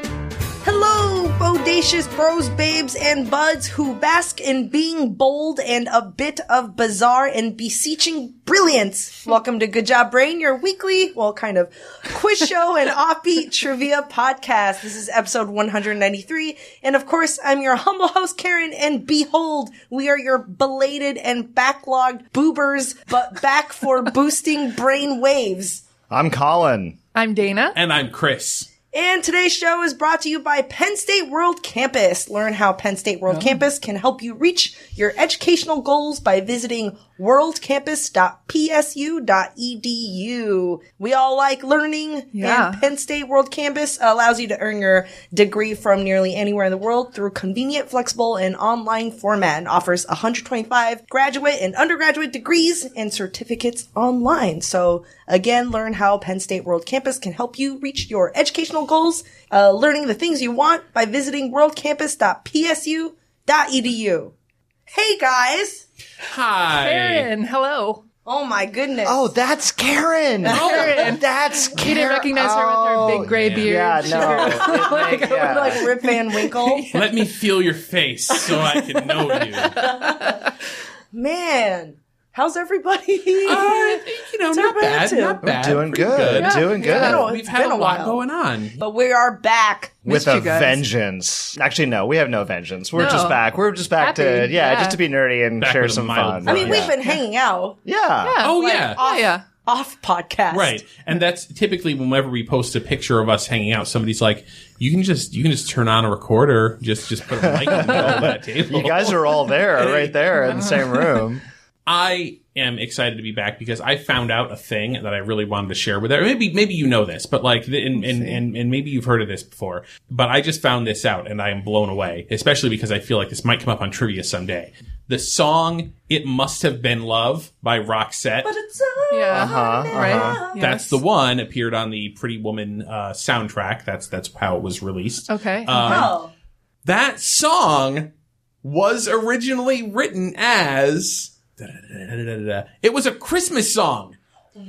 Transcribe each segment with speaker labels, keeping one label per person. Speaker 1: Hello, bodacious bros, babes, and buds who bask in being bold and a bit of bizarre and beseeching brilliance. Welcome to Good Job Brain, your weekly, well, kind of quiz show and offbeat trivia podcast. This is episode 193. And of course, I'm your humble host, Karen, and behold, we are your belated and backlogged boobers, but back for boosting brain waves.
Speaker 2: I'm Colin.
Speaker 3: I'm Dana.
Speaker 4: And I'm Chris.
Speaker 1: And today's show is brought to you by Penn State World Campus. Learn how Penn State World Campus can help you reach your educational goals by visiting worldcampus.psu.edu. E We all like learning,
Speaker 3: Yeah.
Speaker 1: and Penn State World Campus allows you to earn your degree from nearly anywhere in the world through convenient, flexible, and online format and offers 125 graduate and undergraduate degrees and certificates online. So again, learn how Penn State World Campus can help you reach your educational goals, uh, learning the things you want by visiting worldcampus.psu.edu. E Hey guys!
Speaker 4: Hi.
Speaker 3: Karen, hello.
Speaker 1: Oh my goodness.
Speaker 2: Oh, that's Karen.
Speaker 3: Karen.
Speaker 2: That's Karen.
Speaker 3: You didn't recognize her with her
Speaker 2: Oh,
Speaker 3: big gray
Speaker 4: yeah.
Speaker 3: beard.
Speaker 2: Yeah, no. It- it- yeah.
Speaker 1: like Rip Van Winkle.
Speaker 4: Let me feel your face so I can know you.
Speaker 1: Man, how's everybody?
Speaker 4: Uh, you know, not
Speaker 1: about
Speaker 4: bad,
Speaker 1: you?
Speaker 4: not bad.
Speaker 2: doing
Speaker 4: Pretty
Speaker 2: good. Doing good.
Speaker 4: Yeah,
Speaker 1: No, it's
Speaker 4: We've had
Speaker 1: been
Speaker 4: a
Speaker 1: a
Speaker 4: lot
Speaker 1: while.
Speaker 4: going on.
Speaker 1: but we are back.
Speaker 2: With
Speaker 3: Missed
Speaker 2: a
Speaker 3: you guys.
Speaker 2: vengeance. Actually, no, we have no vengeance. We're
Speaker 3: No.
Speaker 2: just back. We're just back to,
Speaker 3: Happy,
Speaker 2: yeah,
Speaker 3: yeah.
Speaker 2: just to be nerdy and
Speaker 4: Back
Speaker 2: share
Speaker 4: with a
Speaker 2: some
Speaker 4: mild
Speaker 2: fun.
Speaker 1: I mean,
Speaker 2: yeah.
Speaker 1: we've been hanging out
Speaker 2: Yeah.
Speaker 4: Oh,
Speaker 1: like,
Speaker 4: yeah.
Speaker 1: off,
Speaker 3: Oh, yeah.
Speaker 1: off podcast.
Speaker 4: Right. And that's typically whenever we post a picture of us hanging out, somebody's like, you can just, you can just turn on a recorder. Just, just put a mic on the middle of that table.
Speaker 2: You guys are all there, right there in the same room.
Speaker 4: I am excited to be back because I found out a thing that I really wanted to share with everyone. Maybe, maybe you know this, but like, the- and, and, and, and maybe you've heard of this before, but I just found this out and I am blown away, especially because I feel like this might come up on trivia someday. The song It Must Have Been Love by Roxette.
Speaker 1: But it's uh,
Speaker 3: Yeah.
Speaker 2: Uh-huh,
Speaker 3: Right?
Speaker 2: uh-huh.
Speaker 3: Yes.
Speaker 4: That's the one appeared on the Pretty Woman uh, soundtrack. That's that's how it was released.
Speaker 3: Okay.
Speaker 4: Uh, Uh-huh.
Speaker 1: oh.
Speaker 4: That song was originally written as it was a Christmas song.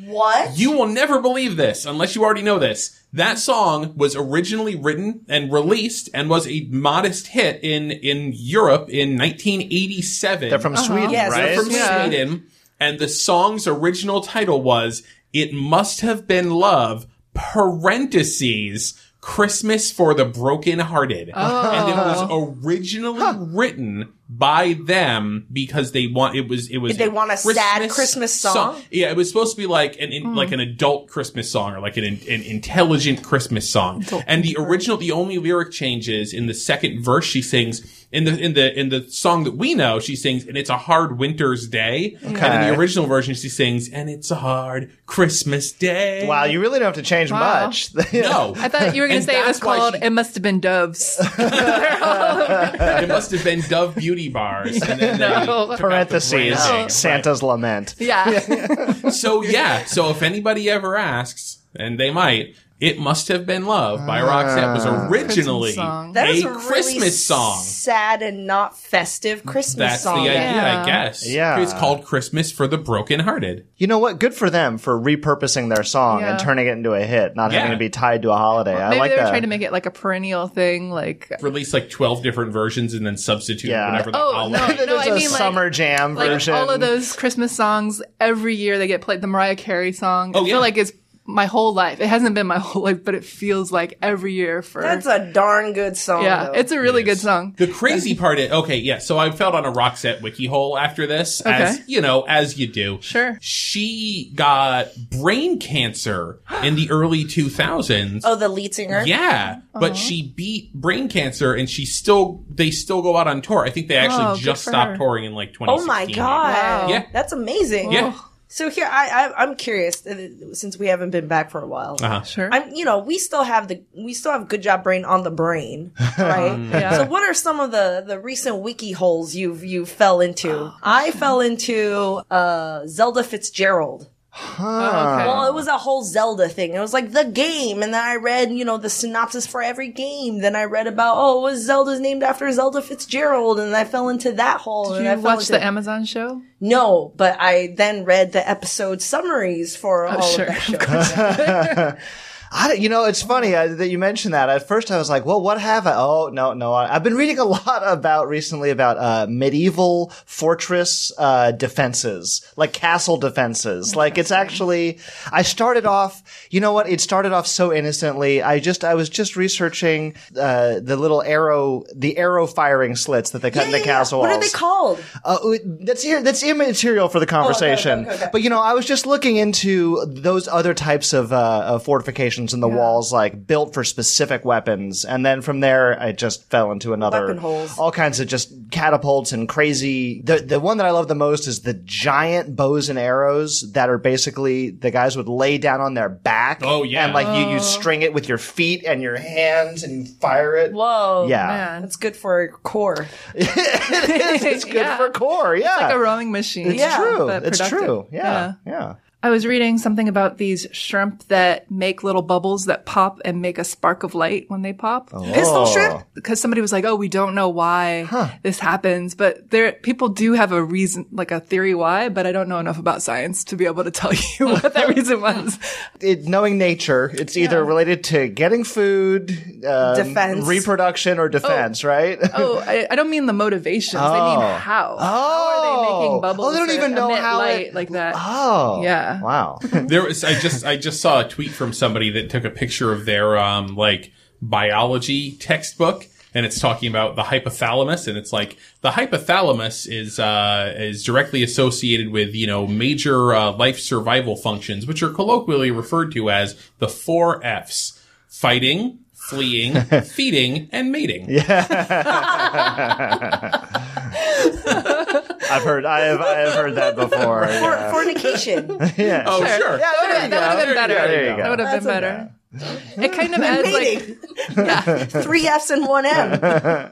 Speaker 1: What?
Speaker 4: You will never believe this unless you already know this. That song was originally written and released and was a modest hit in in Europe in 1987.
Speaker 2: They're from
Speaker 3: Uh-huh.
Speaker 2: Sweden,
Speaker 1: Yes,
Speaker 2: right?
Speaker 4: They're from
Speaker 3: Yeah.
Speaker 4: Sweden, and the song's original title was "It Must Have Been Love." Parentheses. Christmas for the Brokenhearted.
Speaker 1: Oh.
Speaker 4: And it was originally written by them because they want it was it was
Speaker 1: Did they want a sad Christmas song?
Speaker 4: Yeah, it was supposed to be like an in,
Speaker 3: Hmm.
Speaker 4: like an adult Christmas song or like an, an intelligent Christmas song. And the original, the only lyric change is in the second verse she sings in the in the in the song that we know she sings and it's a hard winter's day. And in the original version she sings and it's a hard Christmas day.
Speaker 2: Wow, you really don't have to change
Speaker 3: Wow.
Speaker 2: much.
Speaker 4: No,
Speaker 3: I thought you were going
Speaker 4: And
Speaker 3: to say it was
Speaker 4: that's why
Speaker 3: called
Speaker 4: she-
Speaker 3: It Must Have Been Doves.
Speaker 4: it must have been Dove Beauty Bars. And then they
Speaker 3: No.
Speaker 4: took out the brand
Speaker 2: Parentheses,
Speaker 4: name. Right.
Speaker 2: Santa's Lament.
Speaker 3: yeah.
Speaker 4: So yeah, so if anybody ever asks, and they might, it must have been love by Roxette was originally
Speaker 3: Christmas song.
Speaker 1: That is
Speaker 4: a
Speaker 1: really
Speaker 4: Christmas song.
Speaker 1: Sad and not festive Christmas
Speaker 4: That's the
Speaker 1: song.
Speaker 4: idea,
Speaker 3: Yeah.
Speaker 4: I guess.
Speaker 2: Yeah.
Speaker 4: it's called Christmas for the Brokenhearted.
Speaker 2: You know what? Good for them for repurposing their song
Speaker 3: Yeah.
Speaker 2: and turning it into a hit, not
Speaker 4: Yeah.
Speaker 2: having to be tied to a holiday. I
Speaker 3: Maybe
Speaker 2: like
Speaker 3: they were
Speaker 2: that.
Speaker 3: trying to make it like a perennial thing. Like,
Speaker 4: Release like twelve different versions and then substitute
Speaker 2: Yeah.
Speaker 4: whatever the
Speaker 3: Oh,
Speaker 4: holiday.
Speaker 3: no,
Speaker 2: There's
Speaker 3: I
Speaker 2: a
Speaker 3: mean, like-
Speaker 2: summer jam
Speaker 3: like
Speaker 2: version.
Speaker 3: all of those Christmas songs every year they get played. The Mariah Carey song.
Speaker 4: Oh,
Speaker 3: I
Speaker 4: yeah.
Speaker 3: feel like it's my whole life. It hasn't been my whole life, but it feels like every year for.
Speaker 1: That's a darn good song.
Speaker 3: yeah,
Speaker 1: though.
Speaker 3: it's a really good song.
Speaker 4: The crazy part is okay, yeah. So I felt on a Roxette wiki hole after this, as
Speaker 3: Okay.
Speaker 4: you know, as you do.
Speaker 3: Sure.
Speaker 4: She got brain cancer in the early two thousands.
Speaker 1: oh the lead singer.
Speaker 4: Yeah, but she beat brain cancer, and she still they still go out on tour. I think they actually
Speaker 3: Oh, good
Speaker 4: just
Speaker 3: for
Speaker 4: stopped
Speaker 3: her.
Speaker 4: touring in like 2016.
Speaker 1: Oh my god.
Speaker 3: Wow. Oh.
Speaker 4: Yeah.
Speaker 1: That's amazing.
Speaker 4: Yeah.
Speaker 1: So here I, I I'm curious uh, since we haven't been back for a while.
Speaker 4: Uh-huh.
Speaker 3: Sure.
Speaker 1: I'm you know, we still have the we still have good job brain on the brain, right?
Speaker 2: Mm.
Speaker 3: yeah.
Speaker 1: So what are some of the the recent wiki
Speaker 3: Oh.
Speaker 1: holes you've you fell into? I fell into uh Zelda Fitzgerald.
Speaker 3: Oh,
Speaker 2: Ah.
Speaker 1: Well, it was a whole Zelda thing. It was like the game, and then I read, you know, the synopsis for every game. Then I read about, oh, it was Zelda's named after Zelda Fitzgerald, and I fell into that hole.
Speaker 3: Did
Speaker 1: and
Speaker 3: you
Speaker 1: I fell
Speaker 3: watch
Speaker 1: into-
Speaker 3: the Amazon show?
Speaker 1: No, but I then read the episode summaries for all
Speaker 3: Oh, sure,
Speaker 1: of that
Speaker 3: of
Speaker 1: show.
Speaker 2: I don't- you know, it's funny uh, that you mentioned that. At first, I was like, "Well, what have I?" Oh, no, no. I, I've been reading a lot about recently about uh, medieval fortress uh, defenses, like castle defenses. Like it's actually. I started off. You know what? It started off so innocently. I just I was just researching uh, the little arrow, the arrow firing slits that they cut in the castle
Speaker 1: What
Speaker 2: walls.
Speaker 1: are they called?
Speaker 2: Uh, that's ir- that's immaterial for the conversation. But you know, I was just looking into those other types of, uh, of fortifications in the walls, like built for specific weapons, and then from there, I just fell into another
Speaker 1: Weapon holes.
Speaker 2: all kinds of just catapults and crazy. The the one that I love the most is the giant bows and arrows that are basically the guys would lay down on their back.
Speaker 4: Oh, yeah.
Speaker 2: and like you you string it with your feet and your hands and you fire it.
Speaker 1: Whoa.
Speaker 2: yeah,
Speaker 3: Man.
Speaker 1: That's good for a core.
Speaker 2: it's good
Speaker 3: Yeah.
Speaker 2: for core. Yeah,
Speaker 3: Like a rowing machine.
Speaker 2: It's true.
Speaker 3: but
Speaker 2: It's
Speaker 3: productive.
Speaker 2: true. Yeah. Yeah.
Speaker 3: I was reading something about these shrimp that make little bubbles that pop and make a spark of light when they pop.
Speaker 2: Oh.
Speaker 1: Pistol shrimp?
Speaker 3: Because somebody was like, "Oh, we don't know why this happens," but there people do have a reason, like a theory why, but I don't know enough about science to be able to tell you what that reason was.
Speaker 2: It, knowing nature, it's either related to getting food, um,
Speaker 1: Defense.
Speaker 2: reproduction, or defense, right?
Speaker 3: Oh, I, I don't mean the motivations. I
Speaker 2: Oh.
Speaker 3: mean how. How are they
Speaker 2: Oh.
Speaker 3: making bubbles?
Speaker 2: Oh, they don't
Speaker 3: that
Speaker 2: even know
Speaker 3: emit
Speaker 2: how
Speaker 3: light
Speaker 2: it-
Speaker 3: like that.
Speaker 2: Oh.
Speaker 3: Yeah.
Speaker 2: Wow.
Speaker 4: There was I just I just saw a tweet from somebody that took a picture of their um like biology textbook and it's talking about the hypothalamus and it's like the hypothalamus is uh is directly associated with you know major uh, life survival functions which are colloquially referred to as the four Fs fighting fleeing feeding and mating
Speaker 2: I've heard, I have, I have heard that before.
Speaker 1: For,
Speaker 2: yeah.
Speaker 1: Fornication.
Speaker 4: oh sure
Speaker 2: Yeah, there you
Speaker 3: That would have
Speaker 2: go.
Speaker 3: been better.
Speaker 2: Yeah, there you go.
Speaker 3: That would have been better. It kind of adds like
Speaker 1: Mating. Three F's and one M.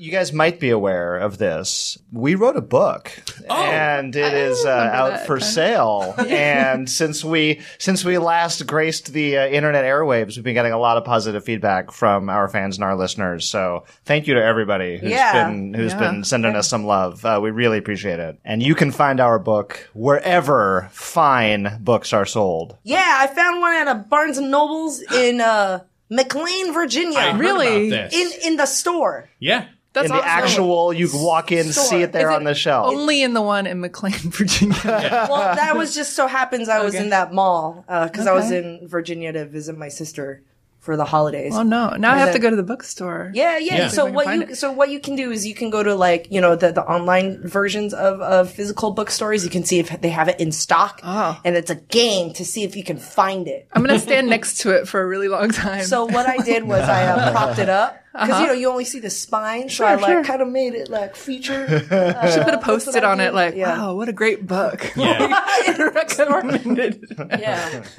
Speaker 2: You guys might be aware of this. We wrote a book, and it is uh,
Speaker 3: remember
Speaker 2: out
Speaker 3: that,
Speaker 2: for sale. and since we since we last graced the uh, internet airwaves, we've been getting a lot of positive feedback from our fans and our listeners. So thank you to everybody who's
Speaker 1: Yeah.
Speaker 2: been who's
Speaker 3: Yeah.
Speaker 2: been sending us some love. Uh, we really appreciate it. And you can find our book wherever fine books are sold.
Speaker 1: Yeah, I found one at a Barnes and Nobles in uh, McLean, Virginia.
Speaker 4: I heard
Speaker 3: Really?
Speaker 4: about this.
Speaker 1: in in the store.
Speaker 4: yeah
Speaker 3: that's
Speaker 2: in the
Speaker 3: awesome.
Speaker 2: actual, you walk in,
Speaker 1: Store.
Speaker 2: see it there
Speaker 3: Is it
Speaker 2: on the shelf.
Speaker 3: Only in the one in McLean, Virginia.
Speaker 1: Well, that was just so happens I was
Speaker 3: Okay.
Speaker 1: in that mall because I was
Speaker 3: Okay.
Speaker 1: in Virginia to visit my sister for the holidays.
Speaker 3: oh no! Now I have to
Speaker 1: then-
Speaker 3: go to the bookstore.
Speaker 1: Yeah, yeah.
Speaker 4: Yeah.
Speaker 1: So
Speaker 3: We can
Speaker 1: what
Speaker 3: find
Speaker 1: you
Speaker 3: it.
Speaker 1: so what you can do is you can go to like you know the, the online versions of, of physical bookstores. You can see if they have it in stock,
Speaker 3: Oh.
Speaker 1: and it's a game to see if you can find it.
Speaker 3: I'm gonna stand next to it for a really long time.
Speaker 1: So what I did was I uh, propped it up because you know you only see the spine, so I like
Speaker 3: Uh-huh. sure.
Speaker 1: kind of made it like feature.
Speaker 3: I should put a post it
Speaker 1: I
Speaker 3: on
Speaker 1: did.
Speaker 3: it, like,
Speaker 1: Yeah.
Speaker 3: "Wow, what a great book!"
Speaker 4: yeah
Speaker 3: Recommended.
Speaker 1: Yeah.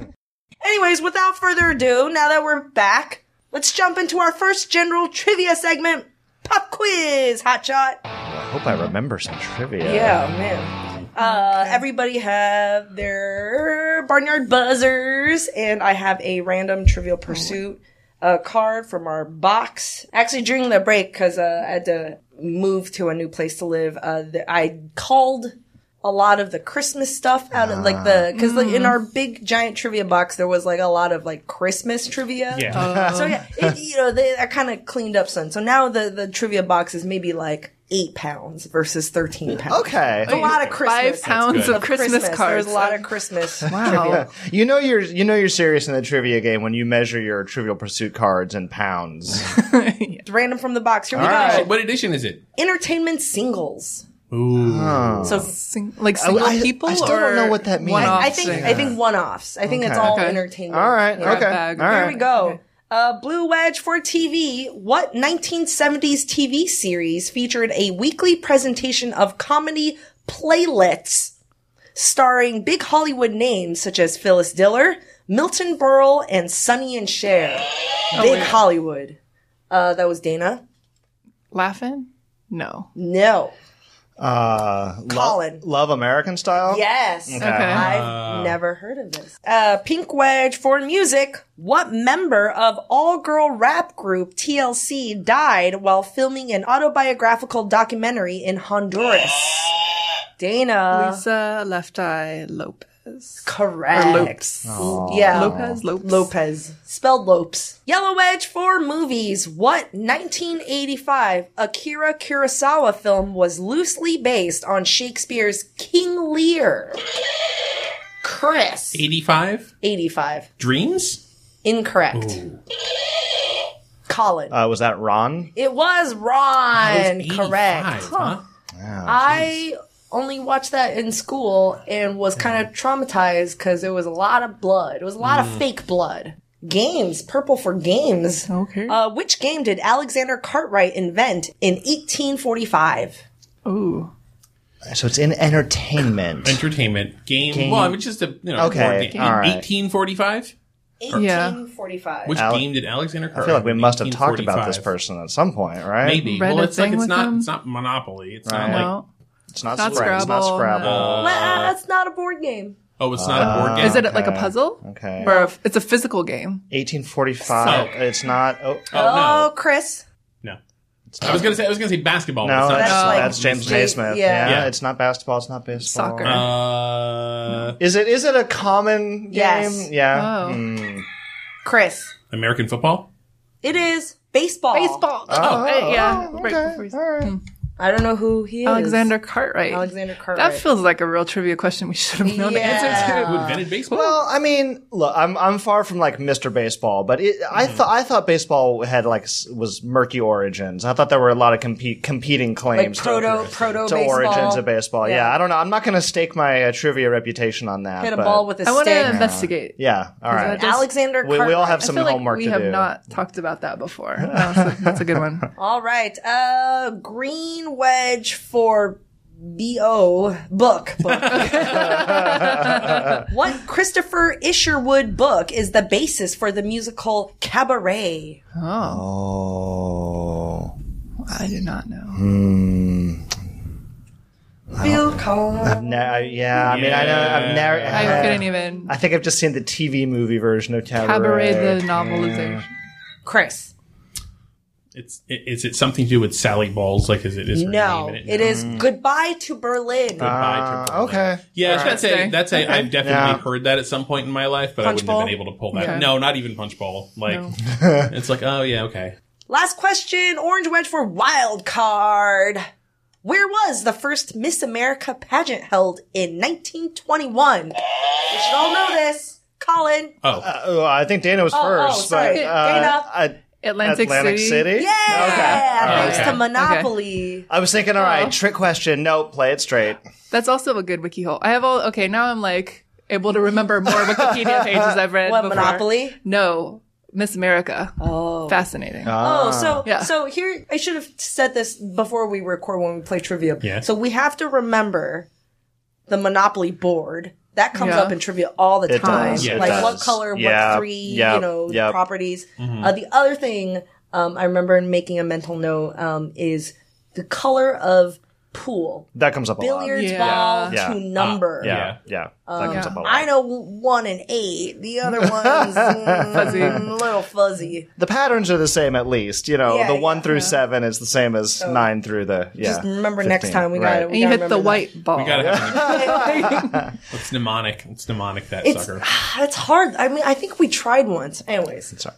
Speaker 1: Anyways, without further ado, now that we're back, let's jump into our first general trivia segment. Pop quiz, hot shot.
Speaker 2: I hope I remember some trivia.
Speaker 1: Yeah, man. Uh, everybody have their barnyard buzzers, and I have a random Trivial Pursuit uh, card from our box. Actually, during the break, because uh, I had to move to a new place to live, uh, th- I called a lot of the Christmas stuff out of like the because like
Speaker 3: Mm.
Speaker 1: in our big giant trivia box there was like a lot of like Christmas trivia.
Speaker 4: yeah
Speaker 3: Oh.
Speaker 1: So yeah, it, you know, they, I kind of cleaned up some. So now the, the trivia box is maybe like eight pounds versus thirteen pounds.
Speaker 2: Okay.
Speaker 1: It's a lot of Christmas.
Speaker 3: Five pounds
Speaker 4: good.
Speaker 3: of Christmas, cards.
Speaker 1: There's a lot of Christmas.
Speaker 3: wow.
Speaker 2: You know you're you know you're serious in the trivia game when you measure your Trivial Pursuit cards in pounds.
Speaker 1: It's random from the box. Here we go.
Speaker 4: Actually, Oh, what edition is it
Speaker 1: Entertainment singles.
Speaker 4: Ooh.
Speaker 1: So
Speaker 3: Sing- like single
Speaker 2: I- I
Speaker 3: people.
Speaker 2: still don't
Speaker 3: or
Speaker 2: know what that means.
Speaker 3: one-off
Speaker 1: I think I
Speaker 3: singles?
Speaker 1: think one offs. I think it's all
Speaker 3: Okay.
Speaker 1: entertainment.
Speaker 2: All right.
Speaker 1: Yeah.
Speaker 2: Okay.
Speaker 3: bag.
Speaker 2: All
Speaker 1: Here we
Speaker 2: right.
Speaker 1: go. Uh, Blue Wedge for TV. What 1970s TV series featured a weekly presentation of comedy playlets starring big Hollywood names such as Phyllis Diller, Milton Berle, and Sonny and Cher? big Hollywood. Uh, that was Dana.
Speaker 3: laughing. No.
Speaker 1: No.
Speaker 2: Uh, Lo-
Speaker 1: Colin.
Speaker 2: Love American Style?
Speaker 1: Yes.
Speaker 2: Okay.
Speaker 1: I've never heard of this. Uh, Pink Wedge for music. What member of all girl rap group TLC died while filming an autobiographical documentary in Honduras? Dana.
Speaker 3: Lisa Left Eye Lopez. Or
Speaker 1: Correct.
Speaker 3: Lopes.
Speaker 1: Yeah.
Speaker 3: Lopez? Lopes.
Speaker 1: Oh. Lopez. Spelled Lopes. Yellow Edge for movies. What 1985 Akira Kurosawa film was loosely based on Shakespeare's King Lear? Chris.
Speaker 4: 85?
Speaker 1: 85.
Speaker 4: Dreams?
Speaker 1: Incorrect. Colin.
Speaker 2: Uh, was that Ron?
Speaker 1: it was
Speaker 4: That
Speaker 1: Ron.
Speaker 4: was 85,
Speaker 1: Correct.
Speaker 4: huh?
Speaker 1: I only watched that in school and was kind of traumatized because it was a lot of blood. It was a lot
Speaker 3: Mm.
Speaker 1: of fake blood. Games, purple for games.
Speaker 3: Okay.
Speaker 1: Uh, which game did Alexander Cartwright invent in 1845?
Speaker 3: Ooh.
Speaker 2: So it's in entertainment.
Speaker 4: Entertainment. Game. Well, I mean, just a, you know,
Speaker 2: Okay,
Speaker 4: board game.
Speaker 2: all right.
Speaker 4: 1845?
Speaker 1: 1845.
Speaker 4: Which game did Alexander Carter
Speaker 2: I feel like we must have talked about this person at some point, right?
Speaker 4: Maybe.
Speaker 3: Read
Speaker 4: well,
Speaker 3: a
Speaker 4: it's like
Speaker 3: thing
Speaker 4: it's
Speaker 3: with
Speaker 4: not
Speaker 3: them?
Speaker 4: it's not Monopoly. It's
Speaker 2: Right.
Speaker 4: not like
Speaker 3: no.
Speaker 2: It's not,
Speaker 3: Not
Speaker 2: Scrabble. It's not
Speaker 3: Scrabble,
Speaker 2: Scrabble.
Speaker 4: no.
Speaker 3: uh,
Speaker 1: Well, uh, that's not a board game.
Speaker 4: oh, it's not
Speaker 2: Uh,
Speaker 4: a board game.
Speaker 3: Is it like a puzzle?
Speaker 2: Okay.
Speaker 3: Or a f it's a physical game.
Speaker 2: 1845.
Speaker 4: So-
Speaker 2: It's not. Oh,
Speaker 4: Oh,
Speaker 1: Oh, Chris.
Speaker 4: no. No. I was gonna say I was gonna say basketball.
Speaker 2: no,
Speaker 4: but
Speaker 2: that's,
Speaker 4: it's
Speaker 1: that's
Speaker 4: not
Speaker 1: like-
Speaker 2: that's James
Speaker 1: Yeah.
Speaker 2: Naismith.
Speaker 1: Yeah.
Speaker 2: Yeah.
Speaker 4: Yeah.
Speaker 2: it's not basketball. It's not baseball.
Speaker 3: Soccer.
Speaker 4: uh,
Speaker 2: Is it? Is it a common game?
Speaker 1: Yes.
Speaker 2: Yeah.
Speaker 3: Oh.
Speaker 2: Mm.
Speaker 1: Chris.
Speaker 4: American football.
Speaker 1: It is baseball.
Speaker 3: Baseball.
Speaker 2: Oh,
Speaker 3: uh, yeah.
Speaker 2: oh,
Speaker 3: Right
Speaker 2: okay.
Speaker 3: before you-
Speaker 2: All right.
Speaker 1: I don't know who he is.
Speaker 3: Alexander Cartwright.
Speaker 1: Alexander Cartwright.
Speaker 3: That feels like a real trivia question we should have known the answer to.
Speaker 1: Yeah.
Speaker 4: Who invented baseball?
Speaker 2: Well, I mean, look, I'm I'm far from like Mr. Baseball, but it, I thought I thought baseball had like s- was murky origins. I thought there were a lot of compete, competing
Speaker 1: like
Speaker 2: claims to-
Speaker 1: proto
Speaker 2: to,
Speaker 1: proto baseball.
Speaker 2: origins of baseball. Yeah.
Speaker 1: Yeah.
Speaker 2: I don't know. I'm not going to stake my uh, trivia reputation on that.
Speaker 1: Hit a
Speaker 2: but-
Speaker 1: ball with a
Speaker 3: I want
Speaker 1: stick.
Speaker 3: to investigate.
Speaker 2: Yeah. All
Speaker 3: that
Speaker 2: right.
Speaker 3: just-
Speaker 1: Alexander
Speaker 2: We, we all have
Speaker 3: I
Speaker 2: some
Speaker 3: feel like
Speaker 2: homework
Speaker 3: we
Speaker 2: to
Speaker 3: have
Speaker 2: do.
Speaker 3: not talked about that before. That's a, that's a good one.
Speaker 1: All right. Uh, green wedge for B.O. book. book. what Christopher Isherwood book is the basis for the musical Cabaret?
Speaker 3: Oh,
Speaker 2: Oh.
Speaker 3: I do not know.
Speaker 1: Bill Collins.
Speaker 2: No, Mm. yeah, I mean, I know. I've never.
Speaker 3: I
Speaker 2: I,
Speaker 3: couldn't even
Speaker 2: think I've just seen the TV movie version of Cabaret.
Speaker 3: cabaret the novelization.
Speaker 1: Chris.
Speaker 4: It's i- is it something to do with Sally Balls? Like is it is her
Speaker 1: No,
Speaker 4: name in
Speaker 1: it is Goodbye to Berlin.
Speaker 4: Goodbye to
Speaker 2: Uh,
Speaker 4: Berlin.
Speaker 2: okay.
Speaker 4: Yeah, I was gonna
Speaker 3: Alright.
Speaker 4: say that's a. I've definitely
Speaker 2: Yeah.
Speaker 4: heard that at some point in my life, but I
Speaker 1: Punch
Speaker 4: wouldn't have been
Speaker 1: bowl?
Speaker 4: able to pull that.
Speaker 3: Okay.
Speaker 4: No, not even punch bowl. Like
Speaker 3: No.
Speaker 4: it's like oh yeah okay.
Speaker 1: Last question, orange wedge for wild card. Where was the first Miss America pageant held in 1921? You should all know this. Colin.
Speaker 4: Oh,
Speaker 2: Oh, I think Dana was
Speaker 1: Oh, oh,
Speaker 2: first.
Speaker 1: sorry.
Speaker 2: But, uh,
Speaker 1: Dana.
Speaker 2: I-
Speaker 3: Atlantic, City.
Speaker 1: Yeah. Thanks
Speaker 4: Okay.
Speaker 1: to Monopoly.
Speaker 2: I was thinking, all right, trick question. No, play it straight.
Speaker 3: That's also a good wiki hole. I have all okay. Now I'm like able to remember more Wikipedia pages I've read.
Speaker 1: What
Speaker 3: before.
Speaker 1: Monopoly?
Speaker 3: No, Miss America. Oh, fascinating.
Speaker 2: Uh,
Speaker 1: Oh, so
Speaker 3: Yeah.
Speaker 1: so here I should have said this before we record when we play trivia.
Speaker 4: Yeah.
Speaker 1: So we have to remember the Monopoly board. That comes
Speaker 3: Yeah.
Speaker 1: up in trivia all the
Speaker 2: It
Speaker 1: time.
Speaker 2: does.
Speaker 4: Yeah, it
Speaker 1: like what
Speaker 2: does.
Speaker 1: color,
Speaker 2: Yeah.
Speaker 1: what three, you
Speaker 2: Yep.
Speaker 1: know,
Speaker 2: Yep.
Speaker 1: properties. Uh, the other thing um, I remember making a mental note um, is the color of pool,
Speaker 2: That comes up a lot.
Speaker 1: billiards
Speaker 3: Yeah.
Speaker 1: ball
Speaker 2: Yeah.
Speaker 1: to number.
Speaker 2: Yeah, yeah, that comes
Speaker 3: Yeah.
Speaker 2: up a lot.
Speaker 1: Um, I know one and eight. The other one's mm,
Speaker 3: Fuzzy.
Speaker 1: a little fuzzy.
Speaker 2: the patterns are the same at least. You know,
Speaker 1: Yeah,
Speaker 2: the one
Speaker 1: yeah. Oh.
Speaker 2: through seven is the same as nine through the. Yeah,
Speaker 1: Just remember next
Speaker 2: 15,
Speaker 1: time we
Speaker 2: right.
Speaker 1: gotta.
Speaker 3: and
Speaker 1: We
Speaker 3: you
Speaker 1: gotta
Speaker 3: hit the
Speaker 1: remember that.
Speaker 3: white ball.
Speaker 2: Oh,
Speaker 4: we gotta. Have a, it's mnemonic. It's mnemonic that
Speaker 1: It's,
Speaker 4: sucker.
Speaker 1: it's hard. I mean, I think we tried once. Anyways,
Speaker 2: Sorry.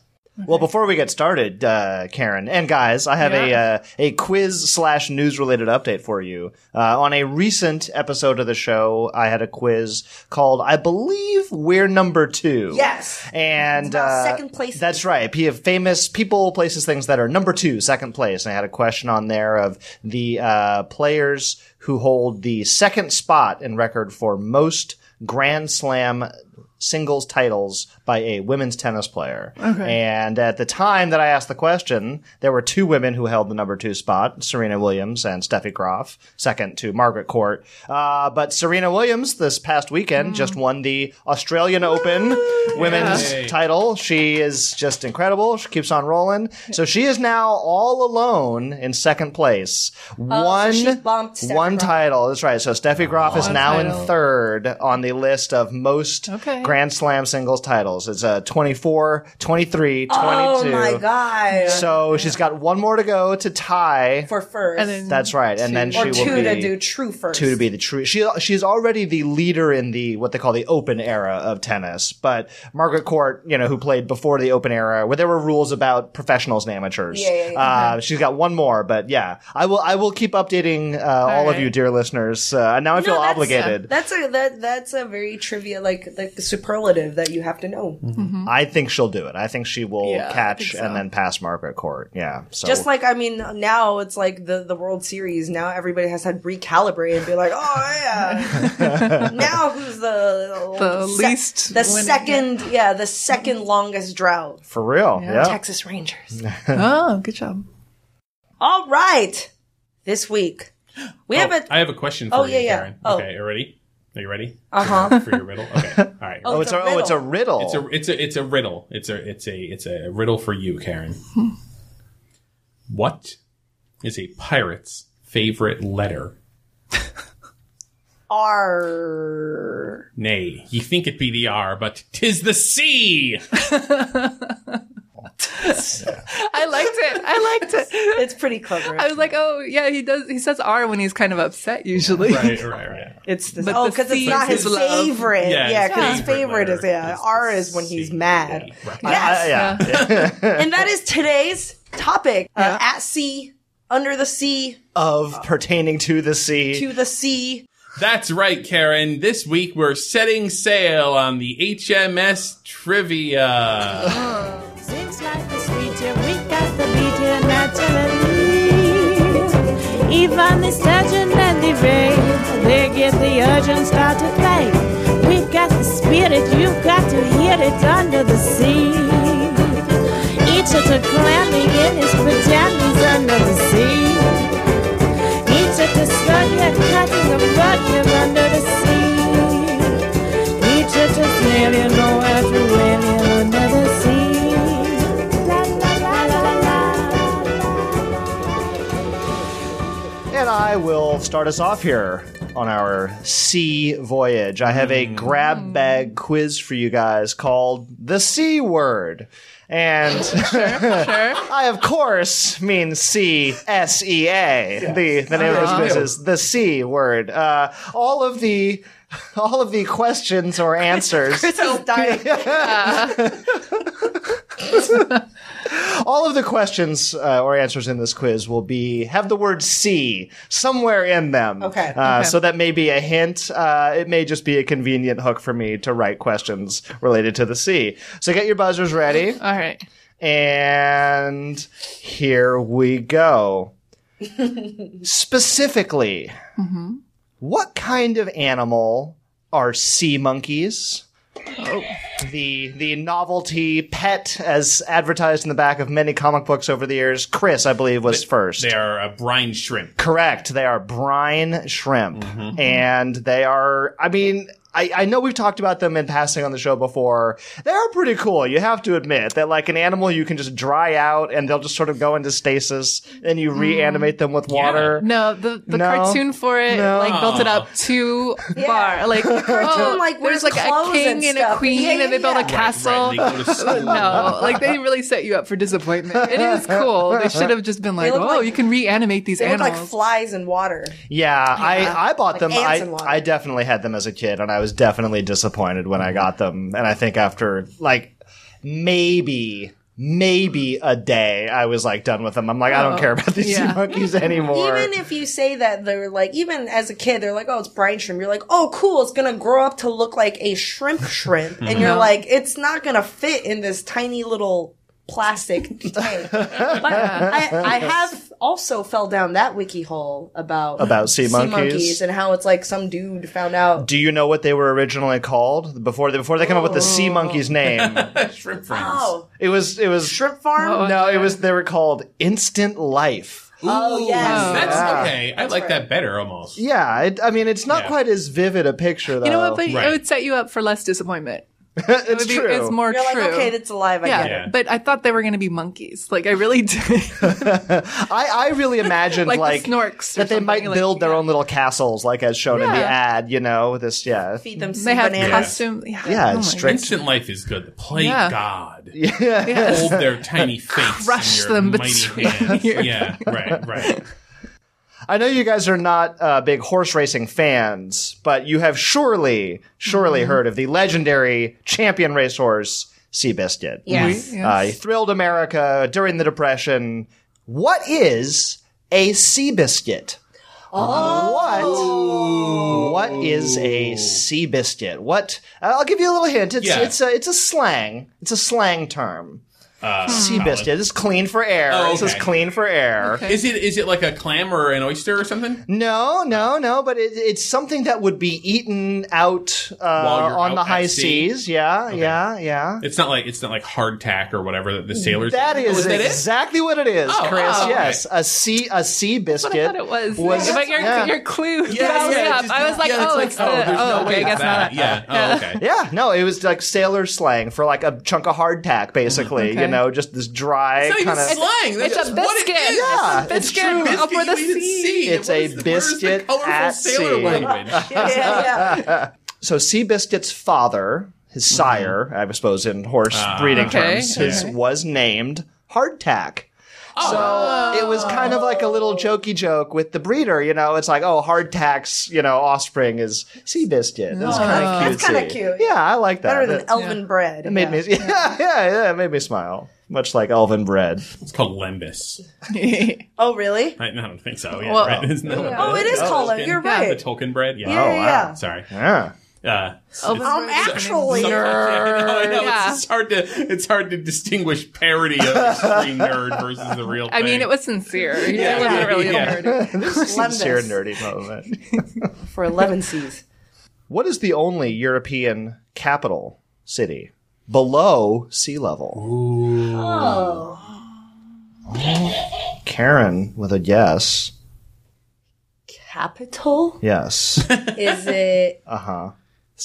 Speaker 2: Well, before we get started, uh, Karen and guys, I have a uh, a quiz slash news related update for you. Uh, on a recent episode of the show, I had a quiz called "I believe we're number two.
Speaker 1: Yes.
Speaker 2: and
Speaker 1: about
Speaker 2: uh,
Speaker 1: second place.
Speaker 2: That's right. P- famous people, places, things that are number two, second place. And I had a question on there of the uh, players who hold the second spot in record for most Grand Slam singles titles by a women's tennis player. And at the time that I asked the question, there were two women who held the number two spot Serena Williams and Steffi Graf, second to Margaret Court. Uh, but Serena Williams this past
Speaker 1: Hmm.
Speaker 2: weekend just won the Australian Open women's
Speaker 4: Yay.
Speaker 2: title. She is just incredible. She keeps on rolling. So she is now all alone in second place. one
Speaker 1: she Oh, bumped Steffi
Speaker 2: one
Speaker 1: Graf.
Speaker 2: title. That's right. So Steffi Graf is
Speaker 3: One
Speaker 2: now in
Speaker 3: title.
Speaker 2: third on the list of most
Speaker 3: Okay.
Speaker 2: Grand Slam singles titles. It's uh, 24, 23, 22.
Speaker 1: Oh my god.
Speaker 2: So she's got one more to go to tie.
Speaker 1: for first.
Speaker 3: And then
Speaker 2: That's right. And then
Speaker 1: or
Speaker 2: she will
Speaker 1: two
Speaker 2: be
Speaker 1: to do true first.
Speaker 2: two to be the true. She she's already the leader in the what they call the open era of tennis. But Margaret Court, you know, who played before the open era, where there were rules about professionals and amateurs.
Speaker 1: Yeah, Uh-huh. yeah, yeah.
Speaker 2: Uh, She's got one more, but yeah, I will I will keep updating uh, all, of
Speaker 3: right.
Speaker 2: you, dear listeners. Uh, now I feel
Speaker 1: that's-
Speaker 2: obligated.
Speaker 1: That's a that that's a very trivia like like superlative that you have to know.
Speaker 2: I think she'll do it. I think she will
Speaker 3: Yeah, I
Speaker 2: catch
Speaker 3: think so.
Speaker 2: and then pass Margaret Court. Yeah. So
Speaker 1: Just like I mean, now it's like the the World Series. Now everybody has had recalibrate and be like, oh yeah. now who's the
Speaker 3: The
Speaker 1: sec-
Speaker 3: least
Speaker 1: the
Speaker 3: winning-
Speaker 1: second yeah the second longest drought
Speaker 2: for real. Yeah.
Speaker 1: Texas Rangers.
Speaker 3: oh, good job.
Speaker 1: All right, this week we have a
Speaker 4: I have a question for
Speaker 1: Oh,
Speaker 4: you,
Speaker 1: yeah, yeah.
Speaker 4: Karen.
Speaker 1: Oh.
Speaker 4: Okay, you ready? Are you ready?
Speaker 1: Uh-huh.
Speaker 4: For your riddle? Okay. All right.
Speaker 2: Oh, it's a, oh, it's a riddle.
Speaker 4: It's a it's a it's a riddle. It's a it's a it's a riddle for you, Karen. what is a pirate's favorite letter?
Speaker 1: R.
Speaker 4: Nay, ye think it be the R, but 'tis the C.
Speaker 3: I liked it. I liked it.
Speaker 1: It's pretty clever.
Speaker 3: I was like, oh yeah, he does. He says R when he's kind of upset usually.
Speaker 4: right, right, right.
Speaker 1: It's this,
Speaker 3: But
Speaker 1: oh,
Speaker 3: the
Speaker 1: because it's
Speaker 3: C
Speaker 1: not
Speaker 3: is
Speaker 1: his
Speaker 3: love.
Speaker 1: favorite.
Speaker 4: Yeah,
Speaker 1: Yeah,
Speaker 4: his
Speaker 1: because his
Speaker 4: favorite
Speaker 1: favorite is yeah.
Speaker 4: letter is
Speaker 1: R is when he's
Speaker 4: C.
Speaker 1: mad.
Speaker 4: Right.
Speaker 2: Uh,
Speaker 1: Yes,
Speaker 2: yeah.
Speaker 1: and that is today's topic. Uh, at sea, under the sea,
Speaker 2: of pertaining to the sea.
Speaker 1: to the sea.
Speaker 4: That's right, Karen. This week we're setting sail on the HMS Trivia.
Speaker 5: Since life is sweet here, we got the beat here naturally. Even the sturgeon and the ray, they get the urge and start to play. We've got the spirit, you've got to hear it under the sea. Each is a clammy in his pajamas under the sea. Each is a sturgeon cutting a bird here under the sea. Each is a million, no after million under the sea. La la la la
Speaker 2: And I will start us off here on our sea voyage. I have a grab bag quiz for you guys called the C word. And I, of course, mean C S E A. The the name of this quiz is the C word. Uh, all of the all of the questions or answers
Speaker 1: This is dying.
Speaker 2: all of the questions uh, or answers in this quiz will be have the word "see" somewhere in them.
Speaker 1: Okay.
Speaker 2: Uh, So that may be a hint. Uh, it may just be a convenient hook for me to write questions related to the sea. So get your buzzers ready,
Speaker 3: All right.
Speaker 2: and here we go. Specifically, what kind of animal are sea monkeys? the the novelty pet as advertised in the back of many comic books over the years. Chris, I believe, was first.
Speaker 4: They are a brine shrimp.
Speaker 2: Correct. They are brine shrimp. And they are, I mean, I, I know we've talked about them in passing on the show before. They are pretty cool. You have to admit that, like an animal, you can just dry out and they'll just sort of go into stasis and
Speaker 1: Mm.
Speaker 2: you reanimate them with water.
Speaker 3: No, the, the
Speaker 2: No.
Speaker 3: cartoon for it
Speaker 2: No.
Speaker 3: like built it up too far. Like the
Speaker 1: cartoon, like, wears
Speaker 3: there's like
Speaker 1: clothes
Speaker 3: a king
Speaker 1: and
Speaker 3: and,
Speaker 1: stuff.
Speaker 3: a queen,
Speaker 1: Yeah, yeah,
Speaker 3: and they built
Speaker 1: yeah.
Speaker 3: a
Speaker 1: Right,
Speaker 3: castle.
Speaker 4: Right, right. They go to school.
Speaker 3: No, like they really set you up for disappointment. It is cool. They should have just been like,
Speaker 1: look
Speaker 3: "Oh,
Speaker 1: like-
Speaker 3: you can reanimate these
Speaker 1: They look like
Speaker 3: animals."
Speaker 1: flies in water.
Speaker 2: Yeah, I, I bought them.
Speaker 1: ants
Speaker 2: I,
Speaker 1: and water.
Speaker 2: I definitely had them as a kid, and I was definitely disappointed when
Speaker 1: Mm-hmm.
Speaker 2: I got them. And I think after like maybe maybe a day, I was like done with them. I'm like, I don't care about these sea
Speaker 3: Yeah.
Speaker 2: monkeys anymore.
Speaker 1: Even if you say that they're like, even as a kid, they're like, oh, it's brine shrimp. You're like, oh, cool. It's gonna grow up to look like a shrimp shrimp, and you're like, it's not gonna fit in this tiny little plastic tank. but I, I have also fell down that wiki hole about
Speaker 2: About sea monkeys?
Speaker 1: and how it's like some dude found out.
Speaker 2: Do you know what they were originally called before they, before they came up with the
Speaker 3: Oh.
Speaker 2: sea monkey's name?
Speaker 4: Shrimp friends.
Speaker 1: Oh,
Speaker 2: it was it was
Speaker 1: shrimp farm.
Speaker 2: no, it was they were called Instant Life.
Speaker 1: Oh,
Speaker 4: Ooh,
Speaker 1: yes.
Speaker 4: That's
Speaker 2: Yeah.
Speaker 4: okay. I like that better almost.
Speaker 2: Yeah, it, I mean it's not
Speaker 4: Yeah.
Speaker 2: quite as vivid a picture though.
Speaker 3: You know what? But
Speaker 4: Right.
Speaker 3: it would set you up for less disappointment. It
Speaker 2: it's
Speaker 3: would be,
Speaker 2: true.
Speaker 3: It's more
Speaker 1: You're like,
Speaker 3: true.
Speaker 1: okay, that's alive. I
Speaker 3: yeah.
Speaker 1: get it.
Speaker 4: Yeah.
Speaker 3: but I thought they were going to be monkeys. Like I really did.
Speaker 2: I, I really imagined like,
Speaker 3: Like the snorks or
Speaker 2: that they
Speaker 3: something,
Speaker 2: might
Speaker 3: like,
Speaker 2: build their
Speaker 3: yeah.
Speaker 2: own little castles, like as shown in the
Speaker 3: Yeah.
Speaker 2: ad. You know, this yeah,
Speaker 1: Feed them some
Speaker 3: they had
Speaker 1: bananas.
Speaker 3: costume. Yeah,
Speaker 2: Yeah,
Speaker 3: oh
Speaker 2: it's
Speaker 3: my
Speaker 2: strict.
Speaker 4: Instant life is good. The play
Speaker 3: Yeah.
Speaker 4: God.
Speaker 2: yeah.
Speaker 3: goodness.
Speaker 4: Hold their tiny face
Speaker 3: Crush
Speaker 4: in your
Speaker 3: them
Speaker 4: mighty
Speaker 3: between
Speaker 4: hands.
Speaker 3: your-
Speaker 4: Yeah, right, right.
Speaker 2: I know you guys are not uh, big horse racing fans, but you have surely,
Speaker 3: Mm-hmm.
Speaker 2: surely heard of the legendary champion racehorse Seabiscuit.
Speaker 1: Yes.
Speaker 3: Yes.
Speaker 2: Uh, he thrilled America during the Depression. What is a Seabiscuit?
Speaker 4: Oh.
Speaker 2: What? What is a Seabiscuit? What? Uh, I'll give you a little hint. It's
Speaker 4: Yeah.
Speaker 2: it's a it's a slang. It's a slang term.
Speaker 4: Uh,
Speaker 2: Seabiscuit is clean for air.
Speaker 4: Oh,
Speaker 2: This is
Speaker 4: okay.
Speaker 2: clean for air.
Speaker 3: Okay.
Speaker 4: Is it is it like a clam or an oyster or something?
Speaker 2: No, no, no, but it, it's something that would be eaten out uh,
Speaker 4: you're
Speaker 2: on
Speaker 4: out
Speaker 2: the
Speaker 4: at
Speaker 2: high
Speaker 4: sea?
Speaker 2: seas. Yeah, yeah, yeah.
Speaker 4: It's not like it's not like hardtack or whatever that the sailors.
Speaker 2: That
Speaker 4: Oh,
Speaker 2: is
Speaker 4: that it?
Speaker 2: exactly what it is,
Speaker 4: Oh,
Speaker 2: Chris.
Speaker 4: oh, okay.
Speaker 2: Yes, a sea a sea
Speaker 3: That's what I
Speaker 2: biscuit
Speaker 3: thought it was.
Speaker 2: was-
Speaker 3: Like, your,
Speaker 2: yeah.
Speaker 3: your clue
Speaker 4: Yeah,
Speaker 3: yeah,
Speaker 4: yeah,
Speaker 3: up.
Speaker 4: just-
Speaker 3: I was like,
Speaker 4: yeah,
Speaker 3: oh,
Speaker 4: like,
Speaker 3: it's the,
Speaker 4: there's
Speaker 3: oh,
Speaker 4: no way
Speaker 3: okay, I guess
Speaker 4: it's
Speaker 3: not.
Speaker 4: that. Yeah. Oh, okay.
Speaker 2: Yeah, no, it was like sailor slang for like a chunk of hardtack, basically. You
Speaker 3: Okay.
Speaker 2: know, just this dry
Speaker 4: It's not
Speaker 2: kind
Speaker 4: even
Speaker 2: of.
Speaker 4: slang. That's
Speaker 3: It's
Speaker 4: just
Speaker 3: a
Speaker 4: what it
Speaker 3: biscuit.
Speaker 4: is.
Speaker 2: Yeah,
Speaker 3: it's
Speaker 2: it's
Speaker 3: a biscuit
Speaker 2: true.
Speaker 3: up for the
Speaker 4: You even
Speaker 3: sea.
Speaker 4: see.
Speaker 2: It's
Speaker 4: What
Speaker 2: a
Speaker 4: is the- where's the
Speaker 2: biscuit
Speaker 4: colorful
Speaker 2: at
Speaker 4: sailor
Speaker 2: sea.
Speaker 4: language?
Speaker 1: Yeah, yeah, yeah.
Speaker 2: so Seabiscuit's father, his sire, I suppose in horse breeding
Speaker 3: Ah, Okay,
Speaker 2: terms, his was named Hardtack. So it was kind of like a little jokey joke with the breeder, you know. It's like, oh, hardtack's, you know, offspring is Seabiscuit. That's kind of cute.
Speaker 1: That's kinda cute.
Speaker 2: Yeah, I like that.
Speaker 1: Better than
Speaker 2: That-
Speaker 1: elven bread.
Speaker 2: it made me, yeah, yeah, yeah, it made me smile. Much like elven bread.
Speaker 4: It's called lembus.
Speaker 1: Oh, really?
Speaker 4: I, I don't think so. Yeah,
Speaker 3: Well-
Speaker 4: right. Isn't that what
Speaker 1: Oh, it is
Speaker 4: Tolkien-
Speaker 1: called it. You're
Speaker 4: yeah,
Speaker 1: right.
Speaker 4: The Tolkien bread. Yeah.
Speaker 3: Oh,
Speaker 1: Yeah, yeah, yeah.
Speaker 4: Sorry.
Speaker 2: Yeah.
Speaker 4: Uh,
Speaker 1: Um, actually,
Speaker 4: I know, I know.
Speaker 3: Yeah.
Speaker 4: It's just hard to it's hard to distinguish parody of extreme nerd versus the real.
Speaker 3: I mean,
Speaker 4: thing.
Speaker 3: it was sincere.
Speaker 4: Yeah,
Speaker 3: it wasn't
Speaker 4: yeah,
Speaker 3: really
Speaker 4: yeah.
Speaker 3: a nerd.
Speaker 2: Sincere
Speaker 1: Lembus.
Speaker 2: nerdy moment.
Speaker 1: for 11 C's.
Speaker 2: What is the only European capital city below sea level?
Speaker 1: Oh.
Speaker 2: Karen with a yes.
Speaker 1: Capital?
Speaker 2: Yes.
Speaker 1: Is it.
Speaker 2: Uh huh.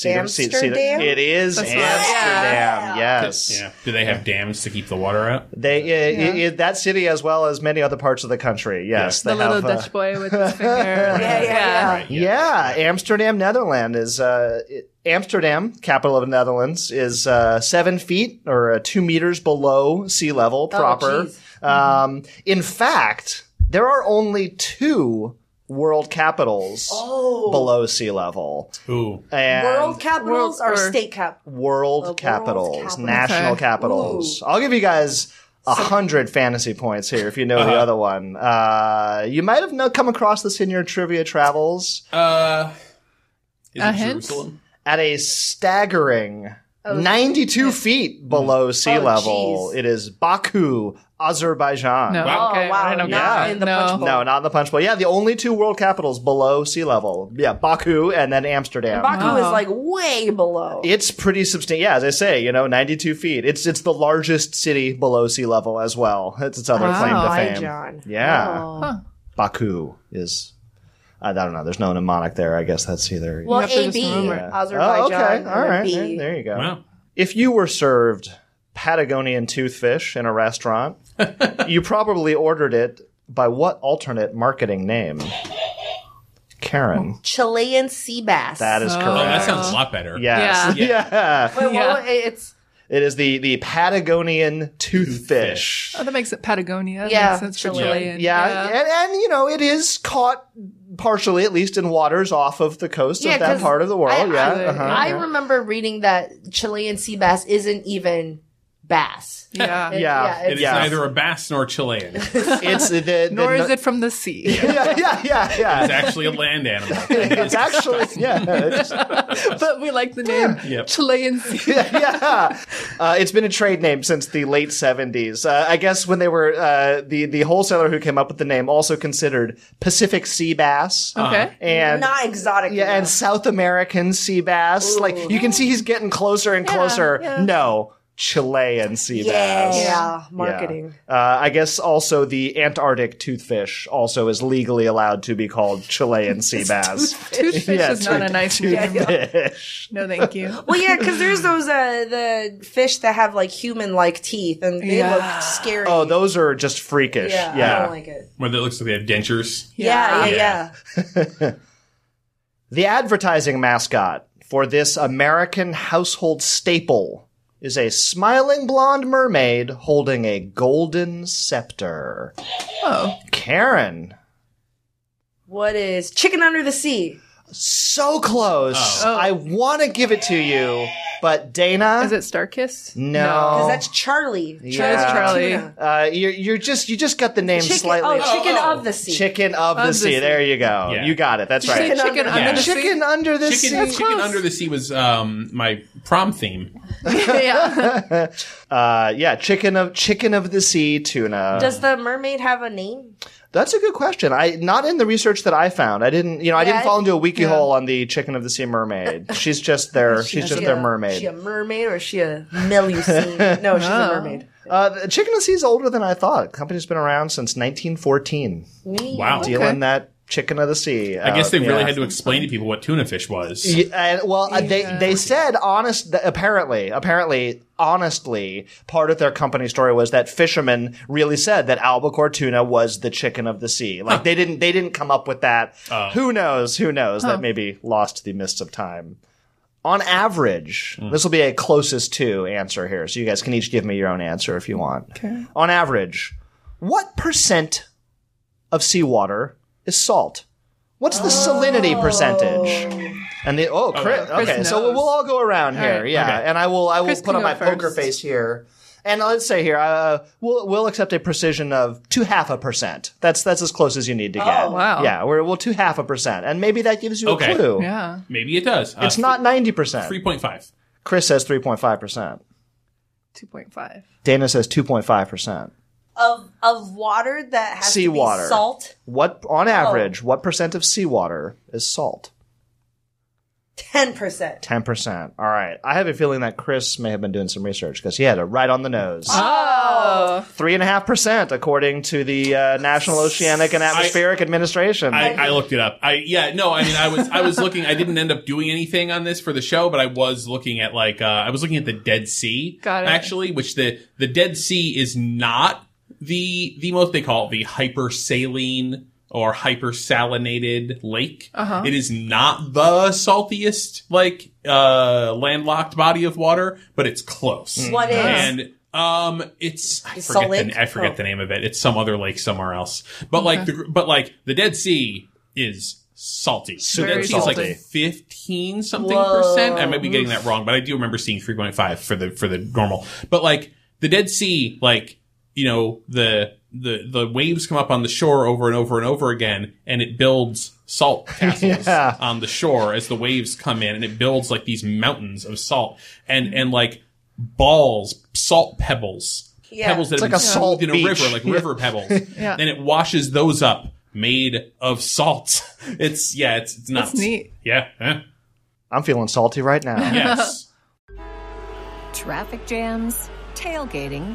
Speaker 1: Amsterdam?
Speaker 2: It is
Speaker 3: That's what-
Speaker 2: Amsterdam. Yes.
Speaker 4: Yeah. Do they have dams to keep the water out?
Speaker 2: They i- i- i- that city as well as many other parts of the country. Yes,
Speaker 3: The
Speaker 2: they have.
Speaker 3: little
Speaker 2: uh,
Speaker 3: Dutch boy with his finger. Uh, yeah,
Speaker 1: Yeah, yeah, yeah.
Speaker 2: yeah, Amsterdam, Netherlands is uh, i- Amsterdam, capital of the Netherlands, is uh, seven feet or uh, two meters below sea level proper.
Speaker 1: geez.
Speaker 2: um, In fact, there are only two world capitals below sea level,
Speaker 4: Ooh.
Speaker 2: and
Speaker 1: World capitals
Speaker 3: World-
Speaker 1: or
Speaker 3: or-
Speaker 1: state cap?
Speaker 2: world capitals,
Speaker 1: capitals.
Speaker 2: national
Speaker 3: Okay.
Speaker 2: capitals. I'll give you guys a hundred fantasy points here if you know the other one. Uh, you might have no, come across this in your trivia travels
Speaker 4: Uh, is
Speaker 3: A
Speaker 4: it
Speaker 3: hint?
Speaker 4: Jerusalem?
Speaker 2: at a staggering 92 feet below sea
Speaker 1: Oh,
Speaker 2: level.
Speaker 1: geez.
Speaker 2: It is Baku, Azerbaijan.
Speaker 3: No,
Speaker 4: Wow.
Speaker 3: okay,
Speaker 1: Oh, wow,
Speaker 3: I don't know.
Speaker 1: not
Speaker 3: Yeah.
Speaker 1: in the
Speaker 3: no.
Speaker 1: punch bowl.
Speaker 2: No, not in the punch bowl. Yeah, the only two world capitals below sea level. Yeah, Baku and then Amsterdam.
Speaker 1: Baku
Speaker 3: Wow.
Speaker 1: is like way below.
Speaker 2: It's pretty substantial. Yeah, as I say, you know, 92 feet. It's it's the largest city below sea level as well. It's its other
Speaker 3: Wow.
Speaker 2: claim to fame.
Speaker 1: John.
Speaker 2: Yeah.
Speaker 1: Oh.
Speaker 2: Baku is. I don't know. There's no mnemonic there. I guess that's either.
Speaker 1: Well,
Speaker 3: have to just
Speaker 1: AB,
Speaker 3: remember.
Speaker 1: Azerbaijan.
Speaker 2: oh, okay.
Speaker 1: and
Speaker 2: All
Speaker 1: then
Speaker 2: right.
Speaker 1: B.
Speaker 2: There, there you go.
Speaker 3: Oh,
Speaker 4: Wow.
Speaker 2: If you were served Patagonian toothfish in a restaurant, you probably ordered it by what alternate marketing name? Karen.
Speaker 1: Chilean sea bass.
Speaker 2: That is correct.
Speaker 4: Oh, that sounds a lot better.
Speaker 2: yes. Yeah.
Speaker 4: Yeah.
Speaker 1: Wait, what-
Speaker 3: Yeah.
Speaker 1: what- it's
Speaker 2: It is the, the Patagonian toothfish.
Speaker 3: Oh, that makes it Patagonia.
Speaker 1: Yeah,
Speaker 3: Makes sense for
Speaker 1: Chile.
Speaker 3: Chilean.
Speaker 2: Yeah. And, and, you know, it is caught partially, at least in waters off of the coast
Speaker 1: Yeah,
Speaker 2: of that
Speaker 1: 'cause
Speaker 2: part of the world.
Speaker 1: I-
Speaker 2: yeah.
Speaker 3: I-
Speaker 2: uh-huh.
Speaker 1: I remember reading that Chilean sea bass isn't even
Speaker 6: bass.
Speaker 3: Yeah.
Speaker 2: Yeah.
Speaker 6: It- yeah,
Speaker 4: It
Speaker 6: it's-
Speaker 4: is
Speaker 2: Yeah.
Speaker 4: neither a bass nor Chilean. It's
Speaker 2: It's the, the
Speaker 3: Nor
Speaker 2: the-
Speaker 3: is it from the sea.
Speaker 2: Yeah, yeah, yeah, yeah.
Speaker 4: actually a land animal.
Speaker 2: It's actually yeah, it's,
Speaker 3: but we like the name
Speaker 4: Yep.
Speaker 3: Chilean sea.
Speaker 2: yeah. Uh, it's been a trade name since the late seventies. Uh, I guess when they were uh, the the wholesaler who came up with the name also considered Pacific sea bass
Speaker 3: Okay.
Speaker 2: and
Speaker 1: Not exotic.
Speaker 2: yeah, and
Speaker 1: enough.
Speaker 2: South American sea bass. Like you can see, he's getting closer and closer. No, Chilean sea
Speaker 1: yeah.
Speaker 2: bass.
Speaker 1: marketing.
Speaker 2: Yeah. Uh, I guess also the Antarctic toothfish also is legally allowed to be called Chilean sea bass.
Speaker 3: Toothfish
Speaker 2: Yeah,
Speaker 3: is not
Speaker 2: tooth-
Speaker 3: a nice name.
Speaker 2: Fish.
Speaker 3: No, thank you.
Speaker 1: Well, yeah, because there's those uh, the fish that have like human-like teeth, and they
Speaker 3: Yeah.
Speaker 1: look scary.
Speaker 2: Oh, those are just freakish.
Speaker 1: yeah,
Speaker 2: Yeah.
Speaker 1: I don't like it.
Speaker 4: Where it looks like they have dentures.
Speaker 1: Yeah, yeah, yeah.
Speaker 4: Yeah.
Speaker 2: the advertising mascot for this American household staple is a smiling blonde mermaid holding a golden scepter.
Speaker 3: Oh,
Speaker 2: Karen.
Speaker 1: What is chicken under the sea?
Speaker 2: So close. I want to give it to you, but Dana.
Speaker 3: Oh. is it Starkist?
Speaker 2: No.
Speaker 1: Because that's Charlie.
Speaker 3: That's
Speaker 2: Oh. Yeah.
Speaker 3: Charlie.
Speaker 1: Tuna.
Speaker 2: Uh, you're, you're just you just got the name
Speaker 1: Chicken.
Speaker 2: slightly.
Speaker 1: Oh, chicken of the sea.
Speaker 2: Chicken of, the,
Speaker 3: the
Speaker 2: sea.
Speaker 3: sea.
Speaker 2: There you go.
Speaker 4: Yeah.
Speaker 2: You got it. That's right.
Speaker 3: Chicken,
Speaker 1: Chicken
Speaker 3: chicken
Speaker 1: under-
Speaker 3: under,
Speaker 4: Yeah.
Speaker 3: the sea.
Speaker 2: Chicken under the sea.
Speaker 4: Chicken, chicken under the sea was um, my prom theme.
Speaker 3: yeah.
Speaker 2: Uh, yeah, chicken of chicken of the sea tuna.
Speaker 1: Does the mermaid have a name?
Speaker 2: That's a good question. I not in the research that I found. I didn't, you know, I
Speaker 1: Yeah,
Speaker 2: didn't fall into a wiki
Speaker 3: yeah.
Speaker 2: hole on the chicken of the sea mermaid. She's just their she's just
Speaker 1: She
Speaker 2: their
Speaker 1: a- She a
Speaker 2: mermaid.
Speaker 1: mermaid or is she a Melusine? no, she's a mermaid.
Speaker 2: Uh, the chicken of the sea is older than I thought. The company's been around since 1914.
Speaker 4: Wow.
Speaker 2: Dealing that chicken of the sea. uh,
Speaker 4: I guess they really
Speaker 2: had to.
Speaker 4: had to explain to people what tuna fish was.
Speaker 2: Yeah, and, well, uh, they they said honest. th- Apparently, apparently, honestly, part of their company story was that fishermen really said that albacore tuna was the chicken of the sea. Like they didn't they didn't come up with that. Who knows? Who knows? That may be lost to the mists of time. On average, this will be a closest to answer here, so you guys can each give me your own answer if you want. Okay. On average, what percent of seawater is salt? What's the salinity percentage? And the oh, Chris, okay, so we'll,
Speaker 3: knows.
Speaker 2: we'll all go around here,
Speaker 3: right.
Speaker 2: yeah. And I will I will
Speaker 3: Chris
Speaker 2: put
Speaker 3: can
Speaker 2: on
Speaker 3: go
Speaker 2: my poker
Speaker 3: first.
Speaker 2: face here, and let's say here uh, we'll we'll accept a precision of two half a percent. That's that's as close as you need to get.
Speaker 3: Oh, wow.
Speaker 2: Yeah, we're we'll two half a percent, and maybe that gives you
Speaker 4: Okay.
Speaker 2: a clue.
Speaker 3: Yeah.
Speaker 4: Maybe it does. Uh,
Speaker 2: It's not ninety percent.
Speaker 4: 3.5.
Speaker 2: Chris says three point five percent.
Speaker 3: 2.5.
Speaker 2: Dana says two point five percent.
Speaker 1: Of of water that has to
Speaker 2: Seawater.
Speaker 1: be salt. Oh.
Speaker 2: What on average? What percent of seawater is salt?
Speaker 1: Ten percent.
Speaker 2: Ten percent. All right. I have a feeling that Chris may have been doing some research because he had it right on the nose.
Speaker 4: Uh-huh.
Speaker 3: Oh.
Speaker 2: Three and a half percent, according to the uh, National Oceanic and Atmospheric Administration.
Speaker 4: I, I looked it up. I yeah no. I mean, I was I was looking. I didn't end up doing anything on this for the show, but I was looking at like uh, I was looking at the Dead Sea.
Speaker 3: Got it.
Speaker 4: Actually, which the the Dead Sea is not the the most they call it the hypersaline or hypersalinated lake. Uh-huh. is not the saltiest like uh landlocked body of water, but it's close.
Speaker 1: What is?
Speaker 4: And um, it's I
Speaker 1: Is
Speaker 4: forget,
Speaker 1: Salt Lake?
Speaker 4: the, I forget
Speaker 1: Oh.
Speaker 4: the name of it. It's some other lake somewhere else. But like the but like the Dead Sea is salty. So the
Speaker 2: Very
Speaker 4: Dead Sea is
Speaker 2: salty.
Speaker 4: like fifteen something percent. I might be getting that wrong, but I do remember seeing three point five for the for the normal. But like the Dead Sea, like you know the the the waves come up on the shore over and over and over again, and it builds salt castles
Speaker 2: Yeah.
Speaker 4: on the shore as the waves come in, and it builds like these mountains of salt and and like balls, salt pebbles,
Speaker 1: Yeah.
Speaker 4: pebbles that
Speaker 2: It's
Speaker 4: have
Speaker 2: like a
Speaker 4: been
Speaker 2: salt
Speaker 4: salt in a
Speaker 2: beach.
Speaker 4: river, like river pebbles,
Speaker 3: Yeah.
Speaker 4: and it washes those up made of salt. It's yeah, it's it's nuts.
Speaker 3: neat.
Speaker 4: Yeah. huh?
Speaker 2: I'm feeling salty right now.
Speaker 4: Yes.
Speaker 7: Traffic jams, tailgating,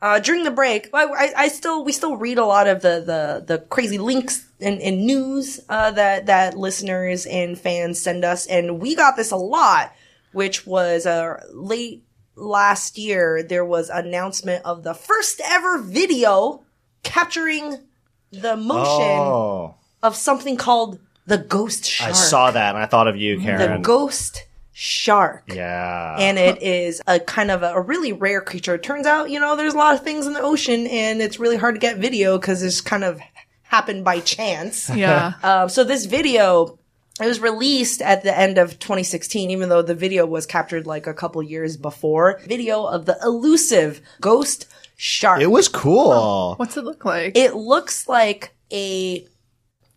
Speaker 1: Uh, during the break, I, I, I still we still read a lot of the the, the crazy links and, and news uh, that that listeners and fans send us, and we got this a lot, which was uh, late last year. There was announcement of the first ever video capturing the motion
Speaker 2: Oh,
Speaker 1: of something called the ghost shark.
Speaker 2: I saw that and I thought of you,
Speaker 1: the
Speaker 2: Karen.
Speaker 1: ghost shark.
Speaker 2: yeah.
Speaker 1: And it is a kind of a, a really rare creature. It turns out, you know, there's a lot of things in the ocean and it's really hard to get video because it's kind of happened by chance.
Speaker 3: Yeah.
Speaker 1: Um, so this video, it was released at the end of 2016, even though the video was captured like a couple years before. Video of the elusive ghost shark.
Speaker 2: it was cool.
Speaker 3: What's it look like?
Speaker 1: it looks like a,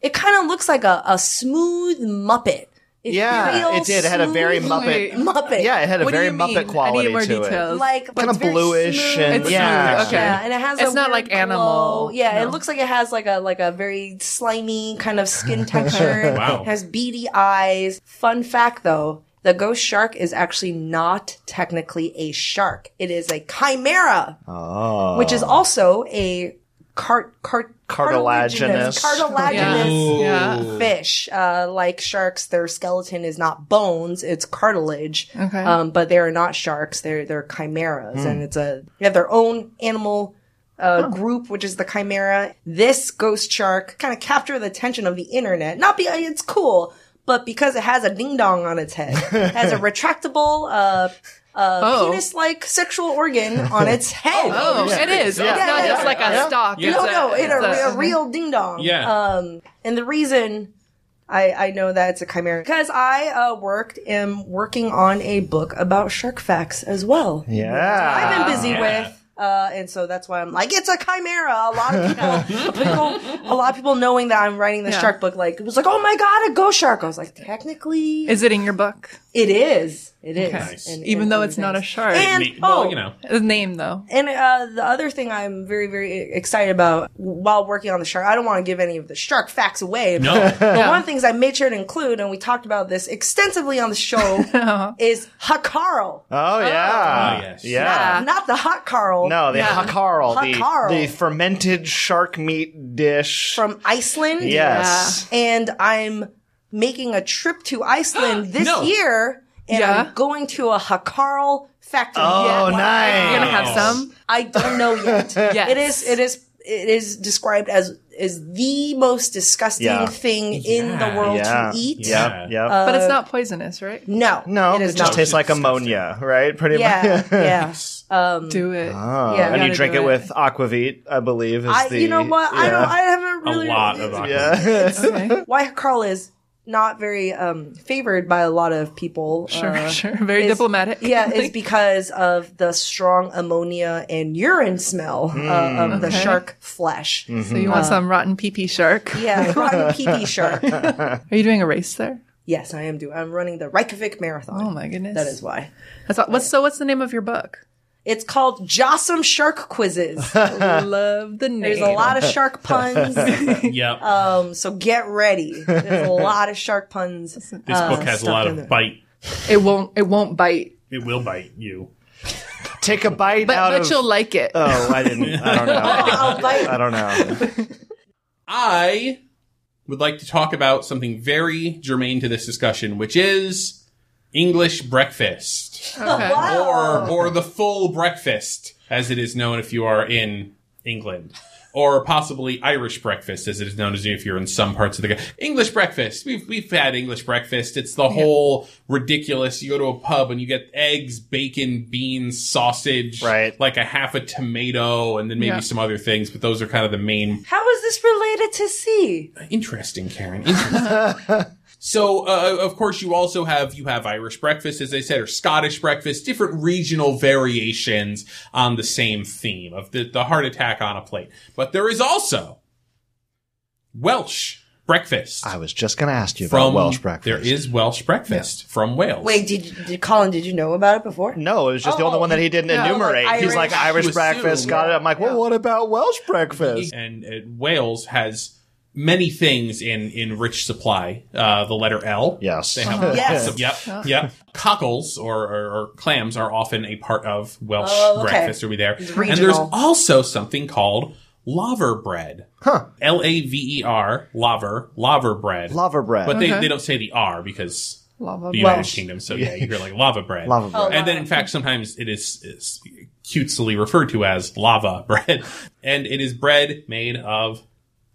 Speaker 1: it kind of looks like a, a smooth Muppet. It
Speaker 2: Yeah,
Speaker 1: feels
Speaker 2: it did. It had a very
Speaker 1: smooth
Speaker 2: Muppet.
Speaker 1: Muppet.
Speaker 2: Yeah, it had a
Speaker 3: What do
Speaker 2: very
Speaker 3: you mean? I
Speaker 2: Muppet
Speaker 3: need
Speaker 2: quality
Speaker 3: more
Speaker 2: to
Speaker 3: details.
Speaker 2: it.
Speaker 1: like but
Speaker 2: Kinda
Speaker 1: it's very
Speaker 2: bluish
Speaker 1: smooth.
Speaker 2: and- It's yeah. smooth, okay.
Speaker 1: yeah, and it has.
Speaker 3: It's
Speaker 1: a
Speaker 3: not
Speaker 1: weird
Speaker 3: like animal,
Speaker 1: glow. Yeah, it
Speaker 3: no.
Speaker 1: looks like it has like a like a very slimy kind of skin texture.
Speaker 4: Wow.
Speaker 1: It has beady eyes. Fun fact, though, the ghost shark is actually not technically a shark. It is a chimera,
Speaker 2: Oh,
Speaker 1: which is also a cart cart
Speaker 2: Cartilaginous.
Speaker 1: cartilaginous
Speaker 3: Yeah.
Speaker 1: fish. Uh, like sharks, their skeleton is not bones; it's cartilage.
Speaker 3: Okay.
Speaker 1: Um, but they are not sharks; they're they're chimeras,
Speaker 3: Hmm.
Speaker 1: and it's a they have their own animal uh, group, which is the chimera. This ghost shark kind of captured the attention of the internet. Not because it's cool, but because it has a ding dong on its head, it has a retractable. Uh, uh,
Speaker 3: Oh.
Speaker 1: penis-like sexual organ on its head.
Speaker 3: Oh, it is.
Speaker 2: Yeah,
Speaker 3: it's not
Speaker 1: yeah,
Speaker 3: just
Speaker 1: yeah,
Speaker 3: like a
Speaker 2: yeah.
Speaker 3: stock.
Speaker 4: Yeah.
Speaker 3: It's
Speaker 1: No,
Speaker 3: a,
Speaker 1: no, in a,
Speaker 3: it's
Speaker 1: a real ding dong.
Speaker 4: Yeah.
Speaker 1: Um, and the reason I, I know that it's a chimera because I uh, worked am working on a book about shark facts as well.
Speaker 2: yeah.
Speaker 1: I've been busy
Speaker 4: Yeah.
Speaker 1: with. Uh, and so that's why I'm like, it's a chimera. A lot of people, people- a lot of people knowing that I'm writing the
Speaker 3: Yeah.
Speaker 1: shark book, like, it was like, oh my god, a ghost shark. I was like, technically,
Speaker 3: Is it in your book?
Speaker 1: it is, it is,
Speaker 4: Nice.
Speaker 1: And-
Speaker 3: Even
Speaker 1: and
Speaker 3: though
Speaker 1: other
Speaker 3: it's not a
Speaker 1: things.
Speaker 3: shark.
Speaker 1: And-
Speaker 4: Me- well,
Speaker 1: oh.
Speaker 4: you know,
Speaker 3: the name though.
Speaker 1: And uh, the other thing I'm very, very excited about while working on the shark, I don't want to give any of the shark facts away.
Speaker 4: no.
Speaker 1: But one of the things I made sure to include, and we talked about this extensively on the
Speaker 3: Uh-huh.
Speaker 1: show, is Hakarl.
Speaker 2: Oh yeah.
Speaker 4: Oh, yes.
Speaker 2: Yeah.
Speaker 1: Not the hot Carl
Speaker 2: No, the hakarl, the-
Speaker 1: Hakarl.
Speaker 2: the fermented shark meat dish.
Speaker 1: from Iceland.
Speaker 2: Yes.
Speaker 1: And I'm making a trip to Iceland this
Speaker 4: No.
Speaker 1: year, and
Speaker 3: Yeah.
Speaker 1: I'm going to a Hakarl factory.
Speaker 2: Oh,
Speaker 1: Yeah.
Speaker 2: nice.
Speaker 3: You're gonna have
Speaker 4: Wow.
Speaker 3: some.
Speaker 1: I don't know yet.
Speaker 3: Yes.
Speaker 1: It is it is it is described as is the most disgusting
Speaker 2: Yeah.
Speaker 1: thing in the
Speaker 4: Yeah.
Speaker 1: world
Speaker 2: yeah.
Speaker 1: to eat.
Speaker 2: Yeah.
Speaker 4: Yeah.
Speaker 2: Yeah.
Speaker 3: But it's not poisonous, right?
Speaker 1: No.
Speaker 2: no,
Speaker 1: it
Speaker 2: it,
Speaker 1: is
Speaker 2: just
Speaker 1: not.
Speaker 2: tastes like ammonia, right? Pretty
Speaker 1: yeah,
Speaker 2: much.
Speaker 1: yeah.
Speaker 3: Do it.
Speaker 2: Oh,
Speaker 1: Yeah.
Speaker 2: and you
Speaker 3: Gotta
Speaker 2: drink
Speaker 3: do
Speaker 2: it
Speaker 3: it.
Speaker 2: with aquavit, I believe. Is
Speaker 1: I,
Speaker 2: the,
Speaker 1: you know what? I don't. I haven't
Speaker 4: a
Speaker 1: really.
Speaker 4: lot of aqua.
Speaker 2: Yeah.
Speaker 3: Okay.
Speaker 1: Why Carl is not very um, favored by a lot of people.
Speaker 3: Sure,
Speaker 1: uh,
Speaker 3: sure. Very
Speaker 1: is-
Speaker 3: diplomatic.
Speaker 1: Yeah, is because of the strong ammonia and urine smell uh,
Speaker 4: Hmm,
Speaker 1: of the
Speaker 3: Okay.
Speaker 1: shark flesh.
Speaker 3: So you want some rotten pee pee shark?
Speaker 1: Yeah, rotten peepee shark.
Speaker 3: Are you doing a race there?
Speaker 1: Yes, I am doing. I'm running the Reykjavik Marathon.
Speaker 3: Oh my goodness.
Speaker 1: That is why.
Speaker 3: That's all, what's so. What's the name of your book?
Speaker 1: It's called Jossum Shark Quizzes.
Speaker 3: Love the name.
Speaker 1: There's a lot of shark puns.
Speaker 4: Yep.
Speaker 1: Um, so get ready. There's a lot of shark puns.
Speaker 4: this book has a lot
Speaker 1: in there.
Speaker 4: of bite.
Speaker 3: It won't. It won't bite.
Speaker 4: It will bite you.
Speaker 2: Take a bite
Speaker 3: But
Speaker 2: out
Speaker 3: but
Speaker 2: of.
Speaker 3: you'll like it.
Speaker 2: oh, I didn't. I don't know.
Speaker 1: I'll bite.
Speaker 2: I don't know.
Speaker 4: I would like to talk about something very germane to this discussion, which is English breakfast,
Speaker 3: Okay.
Speaker 4: or or the full breakfast, as it is known if you are in England, or possibly Irish breakfast, as it is known as if you're in some parts of the country. English breakfast. We've we've had English breakfast. It's the whole ridiculous. You go to a pub and you get eggs, bacon, beans, sausage,
Speaker 2: Right.
Speaker 4: Like a half a tomato, and then maybe
Speaker 3: Yeah.
Speaker 4: some other things. But those are kind of the main
Speaker 1: How is this related to sea?
Speaker 4: interesting karen Interesting. so uh, of course you also have you have irish breakfast as i said or scottish breakfast different regional variations on the same theme of the, the heart attack on a plate but there is also welsh breakfast
Speaker 2: I was just going to ask you about
Speaker 4: from
Speaker 2: Welsh breakfast.
Speaker 4: there is welsh breakfast from wales
Speaker 1: Wait, did, did Colin? Did you know about it before?
Speaker 2: No, it was just the
Speaker 1: Oh,
Speaker 2: only one that he didn't
Speaker 1: yeah, like
Speaker 2: enumerate. He's
Speaker 1: Irish-
Speaker 2: like
Speaker 4: I
Speaker 2: Irish
Speaker 4: assume,
Speaker 2: breakfast, Scottish.
Speaker 4: yeah.
Speaker 2: I'm like, well, what about Welsh breakfast?
Speaker 4: and uh, Wales has many things in in rich supply. Uh, the letter L.
Speaker 2: Yes.
Speaker 4: They have
Speaker 1: Uh-huh. Yes.
Speaker 4: lots of- Yep. Yep. Cockles or, or, or clams are often a part of Welsh
Speaker 1: Oh, okay.
Speaker 4: breakfast. Are we there? And there's
Speaker 1: regional.
Speaker 4: also something called laver bread. Huh. L a v e r laver laver bread.
Speaker 2: Lava bread.
Speaker 4: But they,
Speaker 3: Okay.
Speaker 4: they don't say the R because
Speaker 3: Lava
Speaker 4: the United
Speaker 1: Welsh.
Speaker 4: Kingdom. So yeah, you hear like lava bread.
Speaker 2: Lava bread.
Speaker 4: And then in fact, sometimes it is, is cutesily referred to as lava bread. And it is bread made of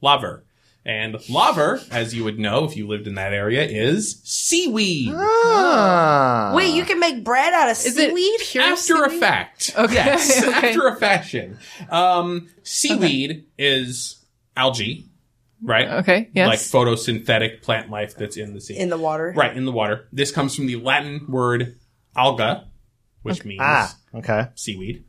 Speaker 4: laver. And laver, as you would know if you lived in that area, is seaweed.
Speaker 2: Ah.
Speaker 1: Wait, you can make bread out of seaweed?
Speaker 3: pure
Speaker 4: after a
Speaker 3: seaweed?
Speaker 4: fact.
Speaker 3: Okay,
Speaker 4: Yes,
Speaker 3: okay.
Speaker 4: after a fashion. Um, seaweed is algae, right?
Speaker 3: Okay, yes.
Speaker 4: Like photosynthetic plant life that's in the sea.
Speaker 1: in the water.
Speaker 4: right, in the water. This comes from the Latin word alga, which means
Speaker 2: Ah. Okay.
Speaker 4: seaweed.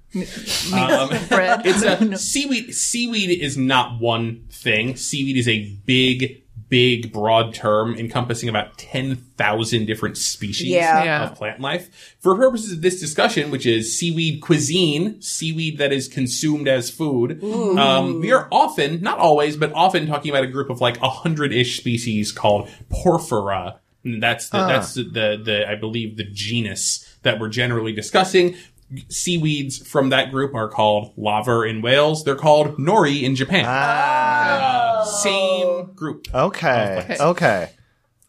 Speaker 4: um,
Speaker 3: bread.
Speaker 4: it's a seaweed. Seaweed is not one thing. Seaweed is a big, big, broad term encompassing about ten thousand different species
Speaker 1: Yeah.
Speaker 3: Yeah.
Speaker 4: of plant life. For purposes of this discussion, which is seaweed cuisine, seaweed that is consumed as food, um, we are often, not always, but often talking about a group of like a hundred-ish species called Porphyra. And that's the, that's the, the the I believe the genus that we're generally discussing. Seaweeds from that group are called laver in Wales. They're called nori in Japan. Uh, same group.
Speaker 2: Okay. Okay.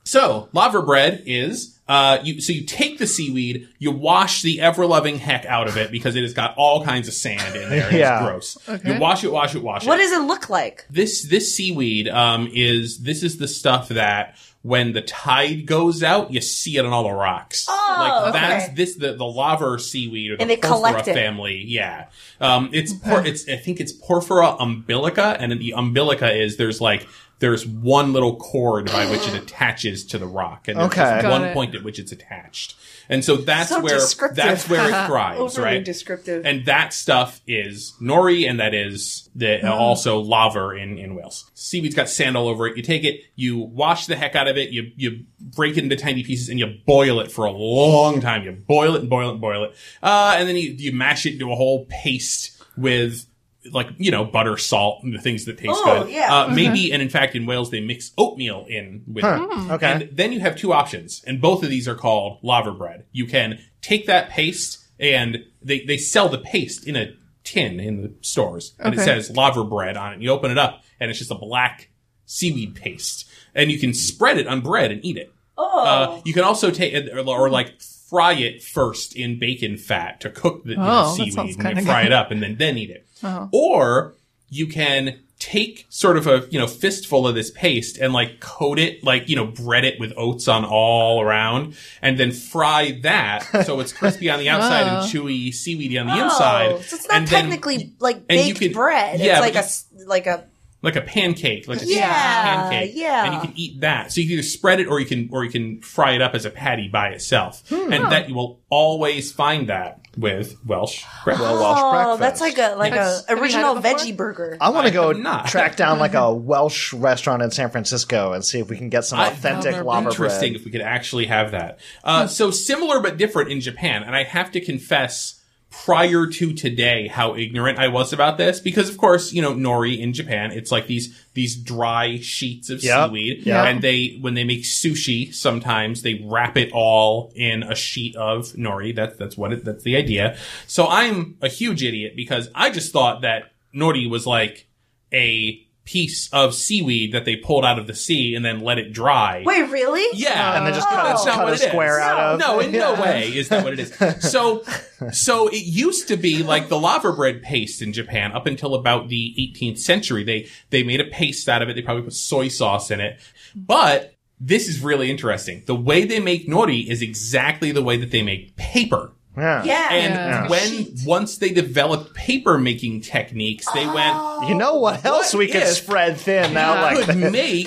Speaker 4: So, lava bread is uh, you. So you take the seaweed, you wash the ever-loving heck out of it because it has got all kinds of sand in there. and
Speaker 2: Yeah.
Speaker 4: It's gross. You wash it, wash it, wash
Speaker 1: What
Speaker 4: it.
Speaker 1: does it look like?
Speaker 4: this this seaweed um, is this is the stuff that when the tide goes out, you see it on all the rocks. Oh, like that's this the the lava seaweed or the
Speaker 1: And they
Speaker 4: porphyra
Speaker 1: collect it.
Speaker 4: family. Yeah, um, it's por- it's I think it's porphyra umbilica, and the umbilica is there's like. There's one little cord by which it attaches to the rock, and there's
Speaker 2: Okay.
Speaker 4: just
Speaker 2: Got
Speaker 4: one
Speaker 3: it.
Speaker 4: point at which it's attached, and so that's
Speaker 1: So
Speaker 4: where
Speaker 1: descriptive.
Speaker 4: that's where it thrives,
Speaker 1: Overly
Speaker 4: right?
Speaker 1: descriptive.
Speaker 4: And that stuff is nori, and that is the, uh,
Speaker 1: Hmm.
Speaker 4: also lava in, in Wales. Seaweed's got sand all over it. You take it, you wash the heck out of it, you, you break it into tiny pieces, and you boil it for a long time. You boil it and boil it and boil it. Uh, and then you, you mash it into a whole paste with like you know butter salt and the things that taste
Speaker 1: Oh,
Speaker 4: good
Speaker 1: yeah.
Speaker 4: uh, maybe and in fact in wales they mix oatmeal in with it.
Speaker 1: Hmm.
Speaker 2: Okay.
Speaker 4: Hmm. And then you have two options, and both of these are called lava bread. You can take that paste, and they, they sell the paste in a tin in the stores, and it
Speaker 3: Okay.
Speaker 4: says lava bread on it. You open it up, and it's just a black seaweed paste, and you can spread it on bread and eat it. Oh. Uh, you can also take it or, or like fry it first in bacon fat to cook the you know,
Speaker 3: Oh, that
Speaker 4: seaweed
Speaker 3: sounds
Speaker 4: and then
Speaker 3: kinda
Speaker 4: fry
Speaker 3: good.
Speaker 4: it up and then then eat it. Or you can take sort of a you know fistful of this paste and like coat it like you know bread it with oats on all around and then fry that so it's crispy on the outside and chewy seaweedy on the
Speaker 1: Oh,
Speaker 4: inside
Speaker 1: so it's not
Speaker 4: and then-
Speaker 1: technically like
Speaker 4: and you
Speaker 1: baked
Speaker 4: could-
Speaker 1: bread.
Speaker 4: yeah,
Speaker 1: it's like
Speaker 4: but
Speaker 1: a s- like a
Speaker 4: like a pancake, like a
Speaker 1: Yeah,
Speaker 4: yeah, pancake.
Speaker 1: yeah.
Speaker 4: And you can eat that. So you can either spread it or you can or you can fry it up as a patty by itself.
Speaker 1: Hmm.
Speaker 4: And that you will always find that with Welsh bread.
Speaker 2: Well, Welsh
Speaker 1: oh,
Speaker 2: breakfast.
Speaker 1: that's like a like
Speaker 4: Yes.
Speaker 1: a
Speaker 3: Have you had
Speaker 1: original
Speaker 3: it before?
Speaker 1: veggie burger.
Speaker 2: I want to go
Speaker 4: have not.
Speaker 2: track down like a Welsh restaurant in San Francisco and see if we can get some
Speaker 4: I-
Speaker 2: authentic
Speaker 3: Lava
Speaker 2: lava
Speaker 4: Interesting
Speaker 2: bread. Hmm.
Speaker 4: if we could actually have that. Uh, so similar but different in Japan. And I have to confess prior to today how ignorant I was about this because of course, you know, nori in Japan, it's like these these dry sheets of
Speaker 2: Yep.
Speaker 4: seaweed.
Speaker 2: Yep.
Speaker 4: And they when they make sushi, sometimes they wrap it all in a sheet of nori. That's that's what it that's the idea. So I'm a huge idiot because I just thought that nori was like a piece of seaweed that they pulled out of the sea and then let it dry.
Speaker 1: Wait, really?
Speaker 4: Yeah,
Speaker 2: And then just cut,
Speaker 4: That's
Speaker 2: a,
Speaker 4: not
Speaker 2: cut
Speaker 4: what
Speaker 2: a
Speaker 4: it is.
Speaker 2: square out of.
Speaker 4: No, in no way is that what it is. So, so it used to be like the lava bread paste in Japan up until about the 18th century. They they made a paste out of it. They probably put soy sauce in it, but this is really interesting. The way they make nori is exactly the way that they make paper.
Speaker 2: Yeah.
Speaker 1: Yeah.
Speaker 4: And
Speaker 3: Yeah.
Speaker 4: when once they developed paper making techniques, they went
Speaker 2: You know what else we could
Speaker 4: if-
Speaker 2: spread thin now?
Speaker 4: I
Speaker 2: Like
Speaker 4: could make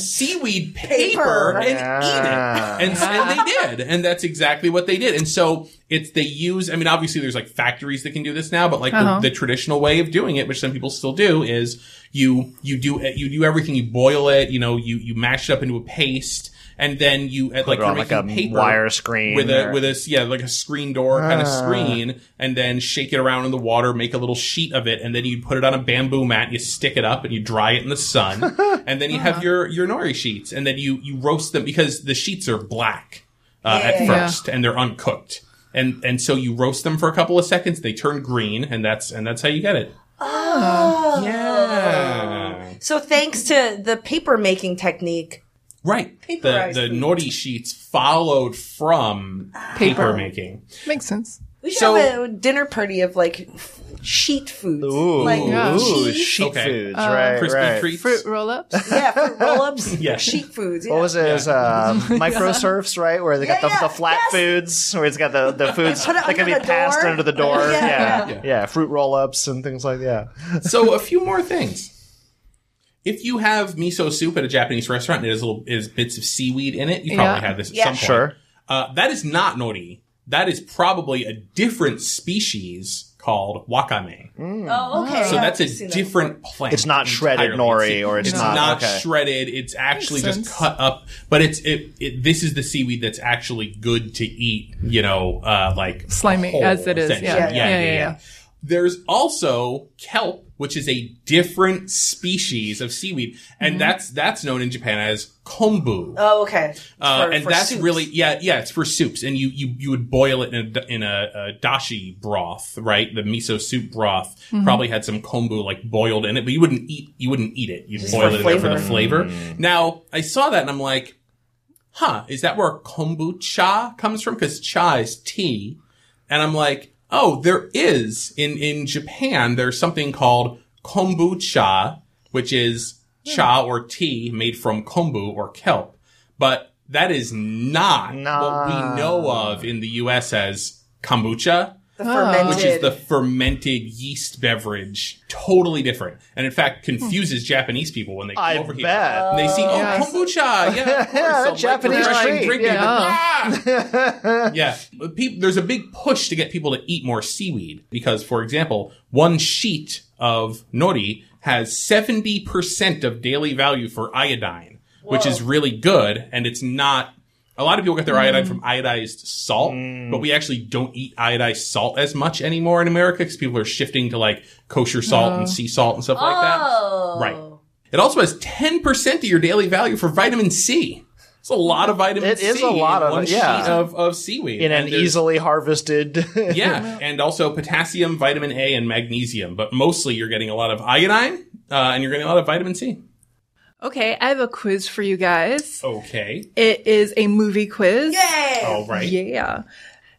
Speaker 4: seaweed paper and
Speaker 2: Ah.
Speaker 4: eat it. And, so- and they did. And that's exactly what they did. And so it's, they use, I mean, obviously there's like factories that can do this now, but like the, the traditional way of doing it, which some people still do is you, you do, you do everything. You boil it, you know, you, you mash it up into a paste. And then you at like
Speaker 2: it
Speaker 4: you're
Speaker 2: on, like,
Speaker 4: making
Speaker 2: a
Speaker 4: paper
Speaker 2: wire screen
Speaker 4: with a
Speaker 2: or- Ah.
Speaker 4: with a yeah like a screen door kind of screen, and then shake it around in the water, make a little sheet of it, and then you put it on a bamboo mat, you stick it up, and you dry it in the sun, and then you
Speaker 2: Uh-huh.
Speaker 4: have your your nori sheets, and then you you roast them because the sheets are black uh, at
Speaker 3: Yeah.
Speaker 4: first and they're uncooked, and and so you roast them for a couple of seconds, they turn green, and that's and that's how you get it.
Speaker 2: Ah.
Speaker 4: Oh yeah,
Speaker 1: So thanks to the paper making technique,
Speaker 4: right. The
Speaker 1: Paperized
Speaker 4: the
Speaker 1: meat.
Speaker 4: nori sheets followed from paper making.
Speaker 3: Makes sense.
Speaker 1: We should
Speaker 4: So-
Speaker 1: have a dinner party of like f- sheet foods.
Speaker 2: Ooh,
Speaker 1: like uh,
Speaker 3: Yeah.
Speaker 2: ooh,
Speaker 1: cheese,
Speaker 2: sheet
Speaker 4: Okay.
Speaker 2: foods, right?
Speaker 4: Crispy
Speaker 2: right.
Speaker 4: treats.
Speaker 3: Fruit roll ups.
Speaker 1: yeah, fruit roll-ups,
Speaker 4: Yeah.
Speaker 1: sheet foods. Yeah.
Speaker 2: What was it? It was um, micro surfs, right? Where they got
Speaker 1: Yeah,
Speaker 2: the,
Speaker 1: yeah,
Speaker 2: the flat
Speaker 1: yes!
Speaker 2: foods, where it's got the, the foods
Speaker 1: put it
Speaker 2: that can be
Speaker 1: under the
Speaker 2: passed
Speaker 1: door.
Speaker 2: under the door.
Speaker 1: Yeah,
Speaker 2: yeah.
Speaker 1: yeah.
Speaker 2: yeah, fruit roll ups and things like that.
Speaker 4: so a few more things. If you have miso soup at a Japanese restaurant and it has little it has bits of seaweed in it, you
Speaker 3: Yeah.
Speaker 4: probably had this at
Speaker 1: Yeah.
Speaker 4: some point.
Speaker 2: Sure.
Speaker 4: Uh, that is not nori. That is probably a different species called wakame.
Speaker 1: Oh, okay.
Speaker 4: So
Speaker 1: yeah,
Speaker 4: that's a
Speaker 1: I've seen that
Speaker 4: different plant.
Speaker 2: It's not shredded
Speaker 4: entirely.
Speaker 2: nori, or it's
Speaker 4: not,
Speaker 2: not- okay.
Speaker 4: shredded. It's actually
Speaker 3: Makes
Speaker 4: just
Speaker 3: sense.
Speaker 4: cut up. But it's it, it. This is the seaweed that's actually good to eat. You know, uh, like
Speaker 3: Slimy
Speaker 4: whole,
Speaker 3: as it is. Yeah.
Speaker 4: essentially.
Speaker 3: Yeah, yeah, yeah.
Speaker 4: There's also kelp, which is a different species of seaweed, and
Speaker 3: Mm-hmm.
Speaker 4: that's that's known in Japan as kombu.
Speaker 1: Oh, okay.
Speaker 4: Uh,
Speaker 1: For-
Speaker 4: and
Speaker 1: for
Speaker 4: that's
Speaker 1: soups.
Speaker 4: really yeah yeah it's for soups and you you you would boil it in a, in a, a dashi broth right the miso soup broth
Speaker 1: Mm-hmm.
Speaker 4: probably had some kombu like boiled in it but you wouldn't eat you wouldn't eat it you would
Speaker 1: Just
Speaker 4: boil
Speaker 1: for
Speaker 4: it in there for the
Speaker 1: flavor. Mm.
Speaker 4: flavor now I saw that and I'm like huh is that where kombucha comes from because cha is tea and I'm like oh there is in in Japan there's something called kombucha which is
Speaker 1: Hmm.
Speaker 4: cha or tea made from kombu or kelp but that is not what we know of in the US as kombucha,
Speaker 1: the fermented.
Speaker 4: which is the fermented yeast beverage. Totally different. And in fact, confuses Japanese people when they come
Speaker 2: I
Speaker 4: over here.
Speaker 2: bet.
Speaker 4: And they see, oh,
Speaker 3: Yes.
Speaker 4: kombucha. Yeah, of course.
Speaker 2: Yeah,
Speaker 4: I'll
Speaker 2: that
Speaker 4: like
Speaker 2: Japanese
Speaker 4: refreshing
Speaker 2: treat,
Speaker 4: drink
Speaker 2: yeah.
Speaker 4: it. Ah! yeah. But peop- there's a big push to get people to eat more seaweed because, for example, one sheet of nori has 70% of daily value for iodine, which is really good. And it's not, a lot of people get their iodine
Speaker 2: Mm.
Speaker 4: from iodized salt, but we actually don't eat iodized salt as much anymore in America because people are shifting to like kosher salt and sea salt and stuff like that. Right. It also has 10% of your daily value for vitamin C. It's a lot of vitamin
Speaker 2: It
Speaker 4: C.
Speaker 2: is a lot
Speaker 4: in
Speaker 2: of
Speaker 4: one
Speaker 2: it, yeah.
Speaker 4: sheet of, of seaweed.
Speaker 2: In an
Speaker 4: And there's-
Speaker 2: easily harvested.
Speaker 4: Yeah, and also potassium, vitamin A, and magnesium. But mostly you're getting a lot of iodine uh, and you're getting a lot of vitamin C.
Speaker 3: Okay, I have a quiz for you guys.
Speaker 4: Okay.
Speaker 3: It is a movie quiz.
Speaker 1: Yay!
Speaker 4: All right.
Speaker 3: Yeah.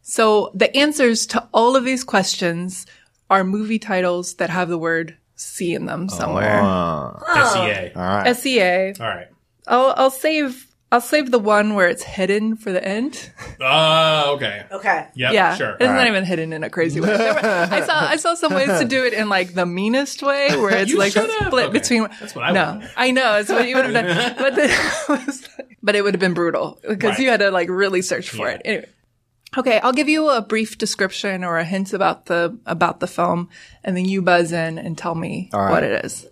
Speaker 3: So the answers to all of these questions are movie titles that have the word C in them somewhere.
Speaker 2: Uh,
Speaker 4: SEA.
Speaker 2: all right.
Speaker 3: SEA.
Speaker 4: E All right.
Speaker 3: I'll, I'll save I'll save the one where it's hidden for the end.
Speaker 4: Uh, okay.
Speaker 1: Okay.
Speaker 4: Yep,
Speaker 3: yeah.
Speaker 4: sure.
Speaker 3: It's not even hidden in a crazy way. There were- I saw I saw some ways to do it in like the meanest way where it's
Speaker 4: You
Speaker 3: like
Speaker 4: should
Speaker 3: split
Speaker 4: have. Okay.
Speaker 3: between
Speaker 4: That's what I
Speaker 3: No.
Speaker 4: would've
Speaker 3: I know, it's what you would have done. But the, but it would have been brutal because
Speaker 4: Right.
Speaker 3: you had to like really search for it. Anyway. Okay, I'll give you a brief description or a hint about the about the film and then you buzz in and tell me what it is.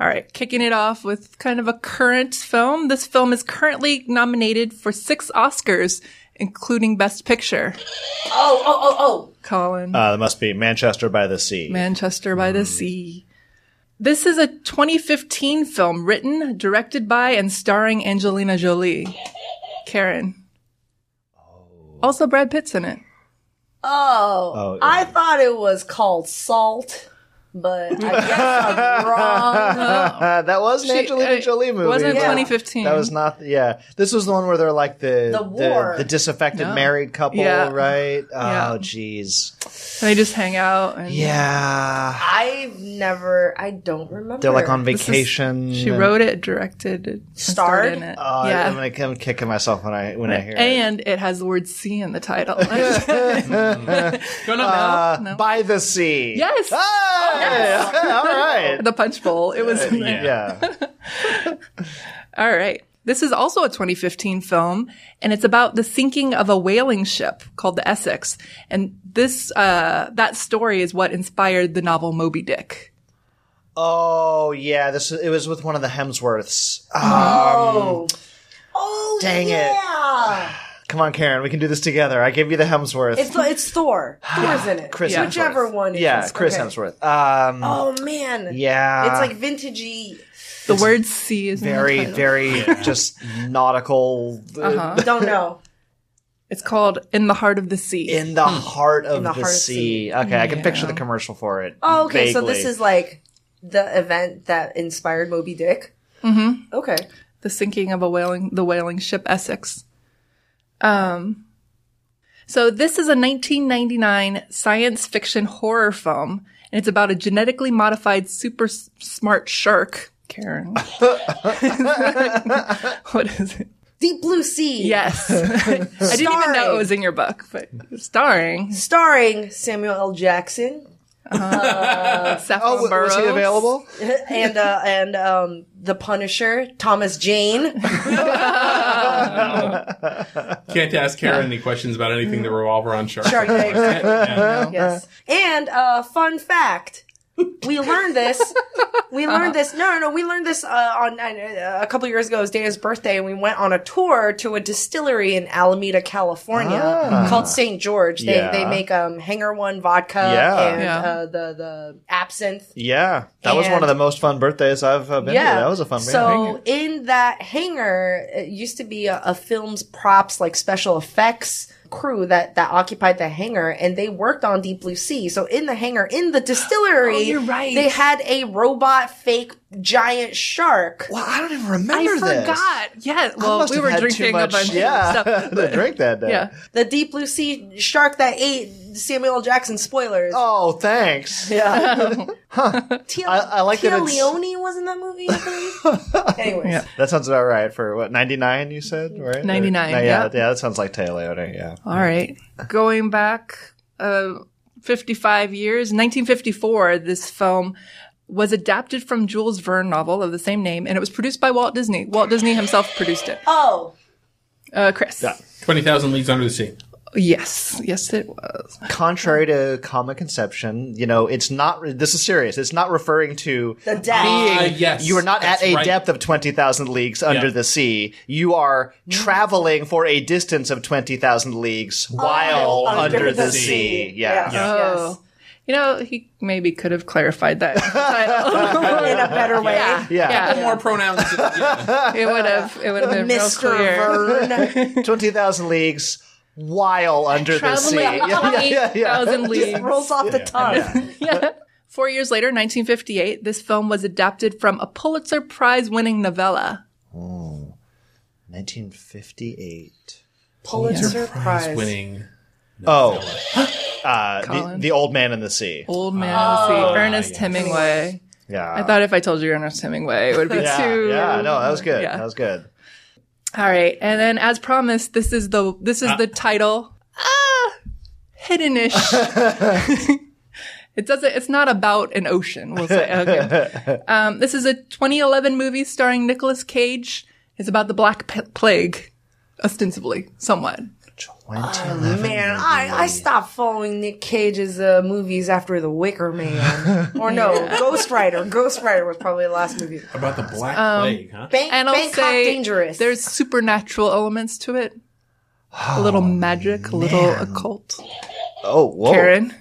Speaker 3: All right, kicking it off with kind of a current film. This film is currently nominated for six Oscars, including Best Picture.
Speaker 1: Oh, oh, oh,
Speaker 3: Colin,
Speaker 2: Uh, Mm. it must be Manchester by the Sea.
Speaker 3: Manchester by the Sea. This is a 2015 film written, directed by, and starring Angelina Jolie. Karen.
Speaker 2: Oh.
Speaker 3: Also, Brad Pitt's in it.
Speaker 1: oh. Oh. I thought it was called salt, but I guess I'm wrong.
Speaker 2: Uh, that was an
Speaker 3: Oh, She-
Speaker 2: Angelina
Speaker 3: uh,
Speaker 2: Jolie movie.
Speaker 3: Wasn't it
Speaker 2: Yeah.
Speaker 3: 2015?
Speaker 2: That was not. Yeah, this was the one where they're like the
Speaker 1: The war.
Speaker 2: the, disaffected
Speaker 3: No.
Speaker 2: married couple,
Speaker 3: Yeah.
Speaker 2: right?
Speaker 3: Yeah.
Speaker 2: Oh, jeez.
Speaker 3: And they just hang out. And
Speaker 2: Yeah,
Speaker 1: I've never. I don't remember.
Speaker 2: they're like on
Speaker 3: is-
Speaker 2: vacation.
Speaker 3: She
Speaker 2: and-
Speaker 3: wrote it, directed, and
Speaker 1: Starred?
Speaker 3: starred in it.
Speaker 2: Oh, I- I'm
Speaker 3: yeah.
Speaker 2: gonna come kicking myself when I when I hear it.
Speaker 3: And it has the word C in the title.
Speaker 4: No, no, no.
Speaker 2: Uh,
Speaker 3: no.
Speaker 2: By the sea.
Speaker 3: Yes. Oh,
Speaker 2: Hey! All right.
Speaker 3: the punch bowl. It was. in there.
Speaker 2: Yeah.
Speaker 3: All right. This is also a 2015 film, and it's about the sinking of a whaling ship called the Essex. And this, uh, that story is what inspired the novel Moby Dick.
Speaker 2: Oh yeah. This it was with one of the Hemsworths. Ah,
Speaker 1: Oh. Oh,
Speaker 2: Um, Dang it.
Speaker 1: yeah.
Speaker 3: Mm-hmm.
Speaker 2: Come on, Karen. We can do this together. I gave you the Hemsworth.
Speaker 1: It's it's Thor. Thor's in it.
Speaker 2: Chris
Speaker 1: Whichever
Speaker 2: Hemsworth.
Speaker 1: one. it
Speaker 2: Yeah,
Speaker 1: is.
Speaker 2: Chris
Speaker 1: Okay.
Speaker 2: Hemsworth. Um,
Speaker 1: Oh man.
Speaker 2: yeah.
Speaker 1: It's like vintagey.
Speaker 3: The word "sea" is in the
Speaker 2: very,
Speaker 3: title.
Speaker 2: very just nautical. uh,
Speaker 3: Uh-huh.
Speaker 1: Don't know.
Speaker 3: It's called "In the Heart of the Sea."
Speaker 2: In the heart
Speaker 1: the
Speaker 2: of the,
Speaker 1: heart of the
Speaker 2: sea. Okay, I can picture the commercial for it.
Speaker 1: Oh, okay. So this
Speaker 2: vaguely.
Speaker 1: is like the event that inspired Moby Dick. Mm-hmm. Okay.
Speaker 3: the sinking of a whaling the whaling ship Essex. Um, So this is a 1999 science fiction horror film, and it's about a genetically modified super s- smart shark. Karen, what is it?
Speaker 1: Deep Blue Sea.
Speaker 3: Yes, I didn't even know it was in your book, but starring
Speaker 1: Starring Samuel L. Jackson
Speaker 3: Saffron
Speaker 2: Oh, w- was he
Speaker 3: Burrows.
Speaker 2: available?
Speaker 1: and uh, and um, the Punisher, Thomas Jane.
Speaker 4: Can't ask Karen any questions about anything that revolve around shark.
Speaker 1: Shark Tank.
Speaker 4: Yeah.
Speaker 1: Yes. And uh, fun fact. We learned this. We learned this. No, no, no. We learned this uh, on uh, a couple years ago. It was Dana's birthday, and we went on a tour to a distillery in Alameda, California, called St. George. They
Speaker 2: Ah. Yeah.
Speaker 1: they make um, Hanger One vodka
Speaker 2: Yeah.
Speaker 1: and
Speaker 3: Yeah.
Speaker 1: Uh, the the absinthe.
Speaker 2: Yeah, that was one
Speaker 1: And-
Speaker 2: of the most fun birthdays I've uh, been
Speaker 1: Yeah,
Speaker 2: to. That was a fun birthday.
Speaker 1: So in that hangar, it used to be a, a film's props, like special effects crew that that occupied the hangar, and they worked on Deep Blue Sea. So in the hangar, in the distillery,
Speaker 3: Oh, you're right.
Speaker 1: They had a robot fake giant shark.
Speaker 2: Wow, I don't even
Speaker 3: I
Speaker 2: remember this.
Speaker 3: forgot.
Speaker 2: I
Speaker 3: Yeah, well,
Speaker 2: must
Speaker 3: we
Speaker 2: have
Speaker 3: were
Speaker 2: had too
Speaker 3: drinking
Speaker 2: much-
Speaker 3: a bunch
Speaker 2: yeah,
Speaker 3: of stuff.
Speaker 2: the
Speaker 3: but-
Speaker 2: drink that day.
Speaker 3: Yeah.
Speaker 1: The Deep Blue Sea shark that ate Samuel L. Jackson. Spoilers.
Speaker 2: Oh, thanks.
Speaker 1: Yeah, Tia,
Speaker 2: I- I like that
Speaker 1: Tia
Speaker 2: it's-
Speaker 1: Leone was in that movie. I believe. Anyways,
Speaker 3: Yeah.
Speaker 2: That sounds about right for what ninety nine you said, right?
Speaker 3: 99,
Speaker 2: Or- no, yeah,
Speaker 3: yeah.
Speaker 2: yeah. That sounds like Tay Leone. Yeah.
Speaker 3: All right. Going back uh, 55 years, 1954, this film was adapted from Jules Verne novel of the same name, and it was produced by Walt Disney. Walt Disney himself produced it.
Speaker 1: Oh,
Speaker 3: Uh, Chris.
Speaker 4: Twenty thousand leagues under the sea.
Speaker 3: Yes. Yes, it was.
Speaker 2: Contrary to common conception, you know, it's not. This is serious. It's not referring to
Speaker 1: the dad.
Speaker 4: Ah, yes,
Speaker 2: You are not
Speaker 4: that's
Speaker 2: at a
Speaker 4: right.
Speaker 2: depth of 20,000 leagues under
Speaker 4: Yeah.
Speaker 2: the sea. You are traveling for a distance of 20,000 leagues while Oh, under, the, sea. Yeah.
Speaker 1: Yes, yes.
Speaker 3: Oh. You know, he maybe could have clarified that. But-
Speaker 1: in a better way.
Speaker 3: yeah.
Speaker 2: Yeah.
Speaker 4: More pronouns. yeah.
Speaker 3: It would have. It would have been real
Speaker 1: Mr.
Speaker 3: clear.
Speaker 1: Verne.
Speaker 2: 20,000 leagues while under the sea.
Speaker 3: Traveling
Speaker 2: Yeah, yeah, yeah, yeah.
Speaker 3: 8,000 leagues.
Speaker 1: Rolls off the tongue.
Speaker 3: yeah. Four years later, 1958, this film was adapted from a Pulitzer Prize winning novella.
Speaker 2: 1958.
Speaker 1: Pulitzer Prize.
Speaker 4: Winning.
Speaker 2: Oh, uh, the,
Speaker 3: Colin.
Speaker 2: the old man in the sea.
Speaker 3: Old Man of the Sea, Ernest Hemingway.
Speaker 2: Yeah.
Speaker 3: I thought if I told you Ernest Hemingway, it would be
Speaker 2: yeah,
Speaker 3: too.
Speaker 2: yeah, no, that was good.
Speaker 3: Yeah.
Speaker 2: That was good.
Speaker 3: All right, and then as promised, this is the this is
Speaker 2: Uh.
Speaker 3: the title. Ah, hiddenish. it doesn't. It's not about an ocean. We'll say. Okay. um, this is a 2011 movie starring Nicolas Cage. It's about the Black P- Plague, ostensibly, somewhat.
Speaker 1: Oh,
Speaker 2: 20.
Speaker 1: Man, I, I stopped following Nick Cage's uh, movies after The Wicker Man. or no, Ghost Rider. Ghost Rider was probably the last movie.
Speaker 4: About the Black Plague, huh?
Speaker 1: Bank,
Speaker 3: and I'll
Speaker 1: Bangkok
Speaker 3: say
Speaker 1: Dangerous.
Speaker 3: there's supernatural elements to it. A little magic, a little occult.
Speaker 2: Oh, whoa.
Speaker 3: Karen,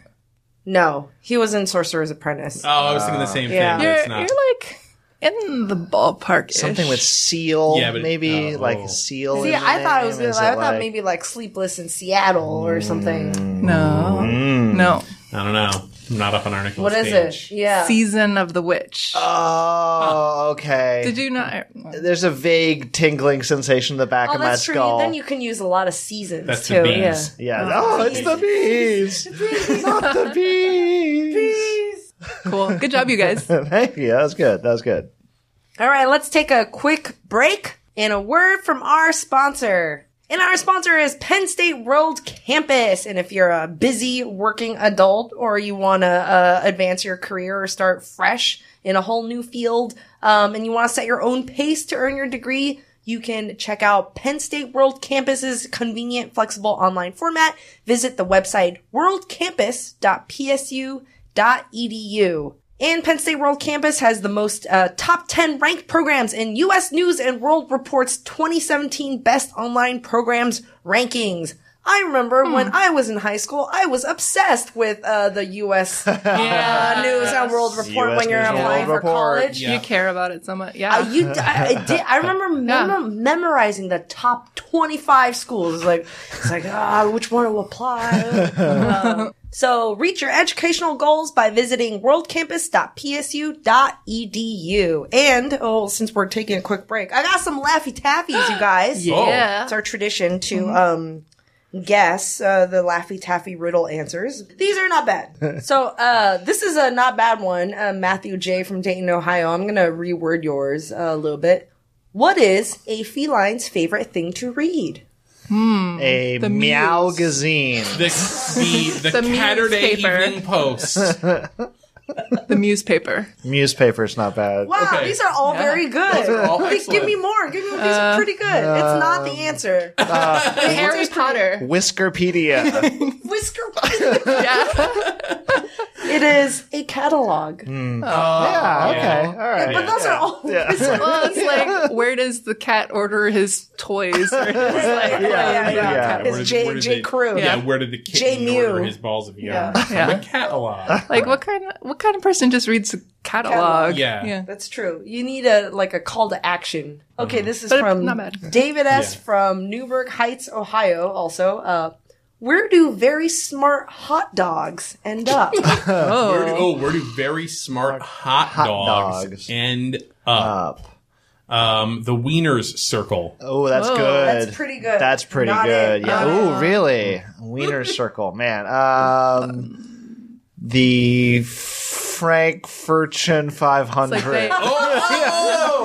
Speaker 1: no, he was in Sorcerer's Apprentice.
Speaker 4: Oh, I was thinking the same
Speaker 1: Yeah.
Speaker 4: thing. but
Speaker 3: you're,
Speaker 4: it's not.
Speaker 3: you're like in the ballpark.
Speaker 2: Something with seal,
Speaker 4: Yeah, but it-
Speaker 2: maybe
Speaker 4: oh.
Speaker 2: like seal.
Speaker 1: See,
Speaker 2: in the
Speaker 1: I thought it was.
Speaker 2: name?
Speaker 1: Good.
Speaker 2: Is
Speaker 1: I
Speaker 2: it
Speaker 1: thought
Speaker 2: like-
Speaker 1: maybe like Sleepless in Seattle
Speaker 4: Mm,
Speaker 1: or something.
Speaker 3: no, no
Speaker 4: I don't know. I'm not up on our Nicholas
Speaker 1: What is it? Yeah.
Speaker 3: season of the witch.
Speaker 2: Oh, okay.
Speaker 3: Did you not?
Speaker 2: There's a vague tingling sensation in the back
Speaker 1: oh,
Speaker 2: of my
Speaker 1: that's true.
Speaker 2: skull.
Speaker 1: Then you can use a lot of seasons
Speaker 4: That's
Speaker 1: too.
Speaker 4: the beans.
Speaker 2: yeah. Oh, it's the bees. Not the bees.
Speaker 3: Cool. Good job, you guys.
Speaker 2: Thank you. That was good. That was good.
Speaker 1: All right, let's take a quick break and a word from our sponsor. And our sponsor is Penn State World Campus. And if you're a busy working adult or you want to uh, advance your career or start fresh in a whole new field um, and you want to set your own pace to earn your degree, you can check out Penn State World Campus's convenient, flexible online format. Visit the website E worldcampus.psu.edu. And Penn State World Campus has the most uh, top 10 ranked programs in U.S. News and World Report's 2017 Best Online Programs rankings. I remember when I was in high school, I was obsessed with uh, the U.S. uh, News and World Report
Speaker 2: US
Speaker 1: when you're
Speaker 2: News and
Speaker 1: applying
Speaker 2: World
Speaker 1: for
Speaker 2: Report.
Speaker 1: college.
Speaker 4: Yeah.
Speaker 3: You care about it so much. Yeah.
Speaker 1: I, you, I, I did. I remember memo- memorizing the top twenty-five schools. It's like, it's like, ah, which one to apply? Um, so reach your educational goals by visiting worldcampus.psu.edu. E And oh, since we're taking a quick break, I got some Laffy Taffies, you guys.
Speaker 4: Oh.
Speaker 3: yeah.
Speaker 1: It's our tradition to um guess uh, the Laffy Taffy riddle answers. These are not bad. so uh, this is a not bad one. Uh, Matthew J from Dayton, Ohio. I'm gonna reword yours a little bit. What is a feline's favorite thing to read?
Speaker 3: Mm,
Speaker 2: A meow gazine.
Speaker 4: The the, the,
Speaker 3: The
Speaker 4: Saturday
Speaker 3: newspaper.
Speaker 4: Evening Post.
Speaker 3: The newspaper.
Speaker 2: Newspaper's not bad.
Speaker 1: Wow,
Speaker 4: Okay.
Speaker 1: these are Uh, all very good.
Speaker 4: all
Speaker 1: Please give
Speaker 4: excellent.
Speaker 1: me more. Give me more. These are pretty good. it's not the answer.
Speaker 3: Harry Potter.
Speaker 2: Whiskerpedia. Oh,
Speaker 1: Whisker. it is a catalog.
Speaker 2: yeah, okay.
Speaker 4: Yeah.
Speaker 2: All right.
Speaker 1: But those are all.
Speaker 3: Well, it's like where does the cat order his toys? Or his, like,
Speaker 1: yeah, yeah,
Speaker 2: yeah.
Speaker 4: Where did-
Speaker 1: It's J
Speaker 4: where did
Speaker 1: J
Speaker 4: they-
Speaker 1: Crew.
Speaker 4: Yeah, where did the kitten
Speaker 1: J. Mew.
Speaker 4: order his balls of yarn?
Speaker 3: Yeah. Yeah.
Speaker 4: From a catalog.
Speaker 3: like what kind of what kind of person just reads a catalog?
Speaker 4: Yeah.
Speaker 3: yeah.
Speaker 1: That's true. You need a like a call to action. Okay, this is
Speaker 3: But it-
Speaker 1: from
Speaker 3: not bad.
Speaker 1: David S.
Speaker 4: Yeah.
Speaker 1: from Newburgh Heights, Ohio. Also, uh, where do very smart hot dogs end up?
Speaker 4: Where do, oh, where do very smart hot, dogs,
Speaker 2: dogs.
Speaker 4: end up?
Speaker 2: Up.
Speaker 4: Um, the Wieners Circle.
Speaker 2: Oh, that's
Speaker 3: Whoa,
Speaker 2: good.
Speaker 1: that's pretty good.
Speaker 2: That's pretty
Speaker 1: Not
Speaker 2: good.
Speaker 1: it.
Speaker 2: Yeah.
Speaker 1: Not
Speaker 2: Ooh, really? Wiener circle, man. Um, the Frankfurton 500.
Speaker 3: Like they,
Speaker 4: Oh,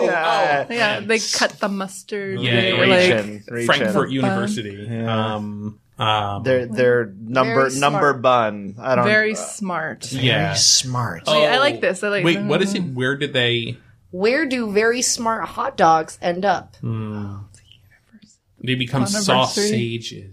Speaker 4: oh,
Speaker 2: yeah,
Speaker 3: yeah, they cut the mustard.
Speaker 4: Yeah,
Speaker 3: they,
Speaker 4: yeah, yeah.
Speaker 3: like,
Speaker 2: Uh, region,
Speaker 4: oh.
Speaker 2: region.
Speaker 4: Frankfurt University. Um, um,
Speaker 2: They're they're number
Speaker 1: Very
Speaker 2: number
Speaker 1: smart.
Speaker 2: bun. I don't.
Speaker 3: very smart.
Speaker 4: yeah.
Speaker 2: smart.
Speaker 4: Oh,
Speaker 3: Wait, I like this. I like-
Speaker 4: Wait, what is it? Where did they?
Speaker 1: Where do very smart hot dogs end up?
Speaker 4: They become
Speaker 3: Anniversary.
Speaker 4: sausages.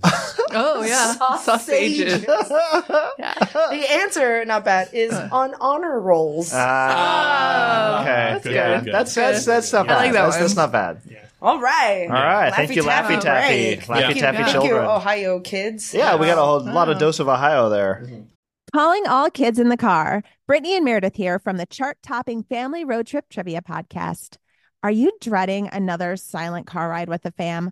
Speaker 3: Oh yeah, sausages.
Speaker 1: The answer, not bad, is on honor rolls.
Speaker 2: Uh-huh. Ah, okay,
Speaker 3: that's
Speaker 2: that's
Speaker 3: good.
Speaker 2: yeah,
Speaker 4: Good.
Speaker 2: that's that's that's not bad.
Speaker 3: like that
Speaker 2: that's, that's
Speaker 3: one.
Speaker 2: not bad.
Speaker 1: All right.
Speaker 2: All right, thank you, Laffy
Speaker 1: Taffy.
Speaker 2: Taffy,
Speaker 1: Great.
Speaker 2: Laffy
Speaker 4: Yeah.
Speaker 2: Taffy
Speaker 1: Thank you, Oh.
Speaker 2: children.
Speaker 1: Ohio kids.
Speaker 2: Yeah, we got a whole lot of dose of Ohio there.
Speaker 6: Calling all kids in the car. Brittany and Meredith here from the chart topping family road trip trivia podcast. Are you dreading another silent car ride with the fam?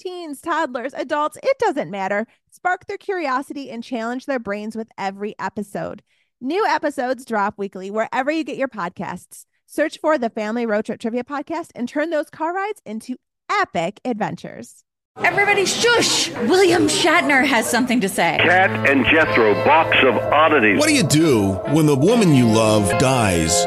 Speaker 6: teens, toddlers, adults, it doesn't matter. Spark their curiosity and challenge their brains with every episode. New episodes drop weekly wherever you get your podcasts. Search for the Family Road Trip Trivia Podcast and turn those car rides into epic adventures.
Speaker 8: Everybody shush!
Speaker 7: William Shatner has something to say.
Speaker 9: Cat and Jethro Box of Oddities.
Speaker 10: What do you do when the woman you love dies?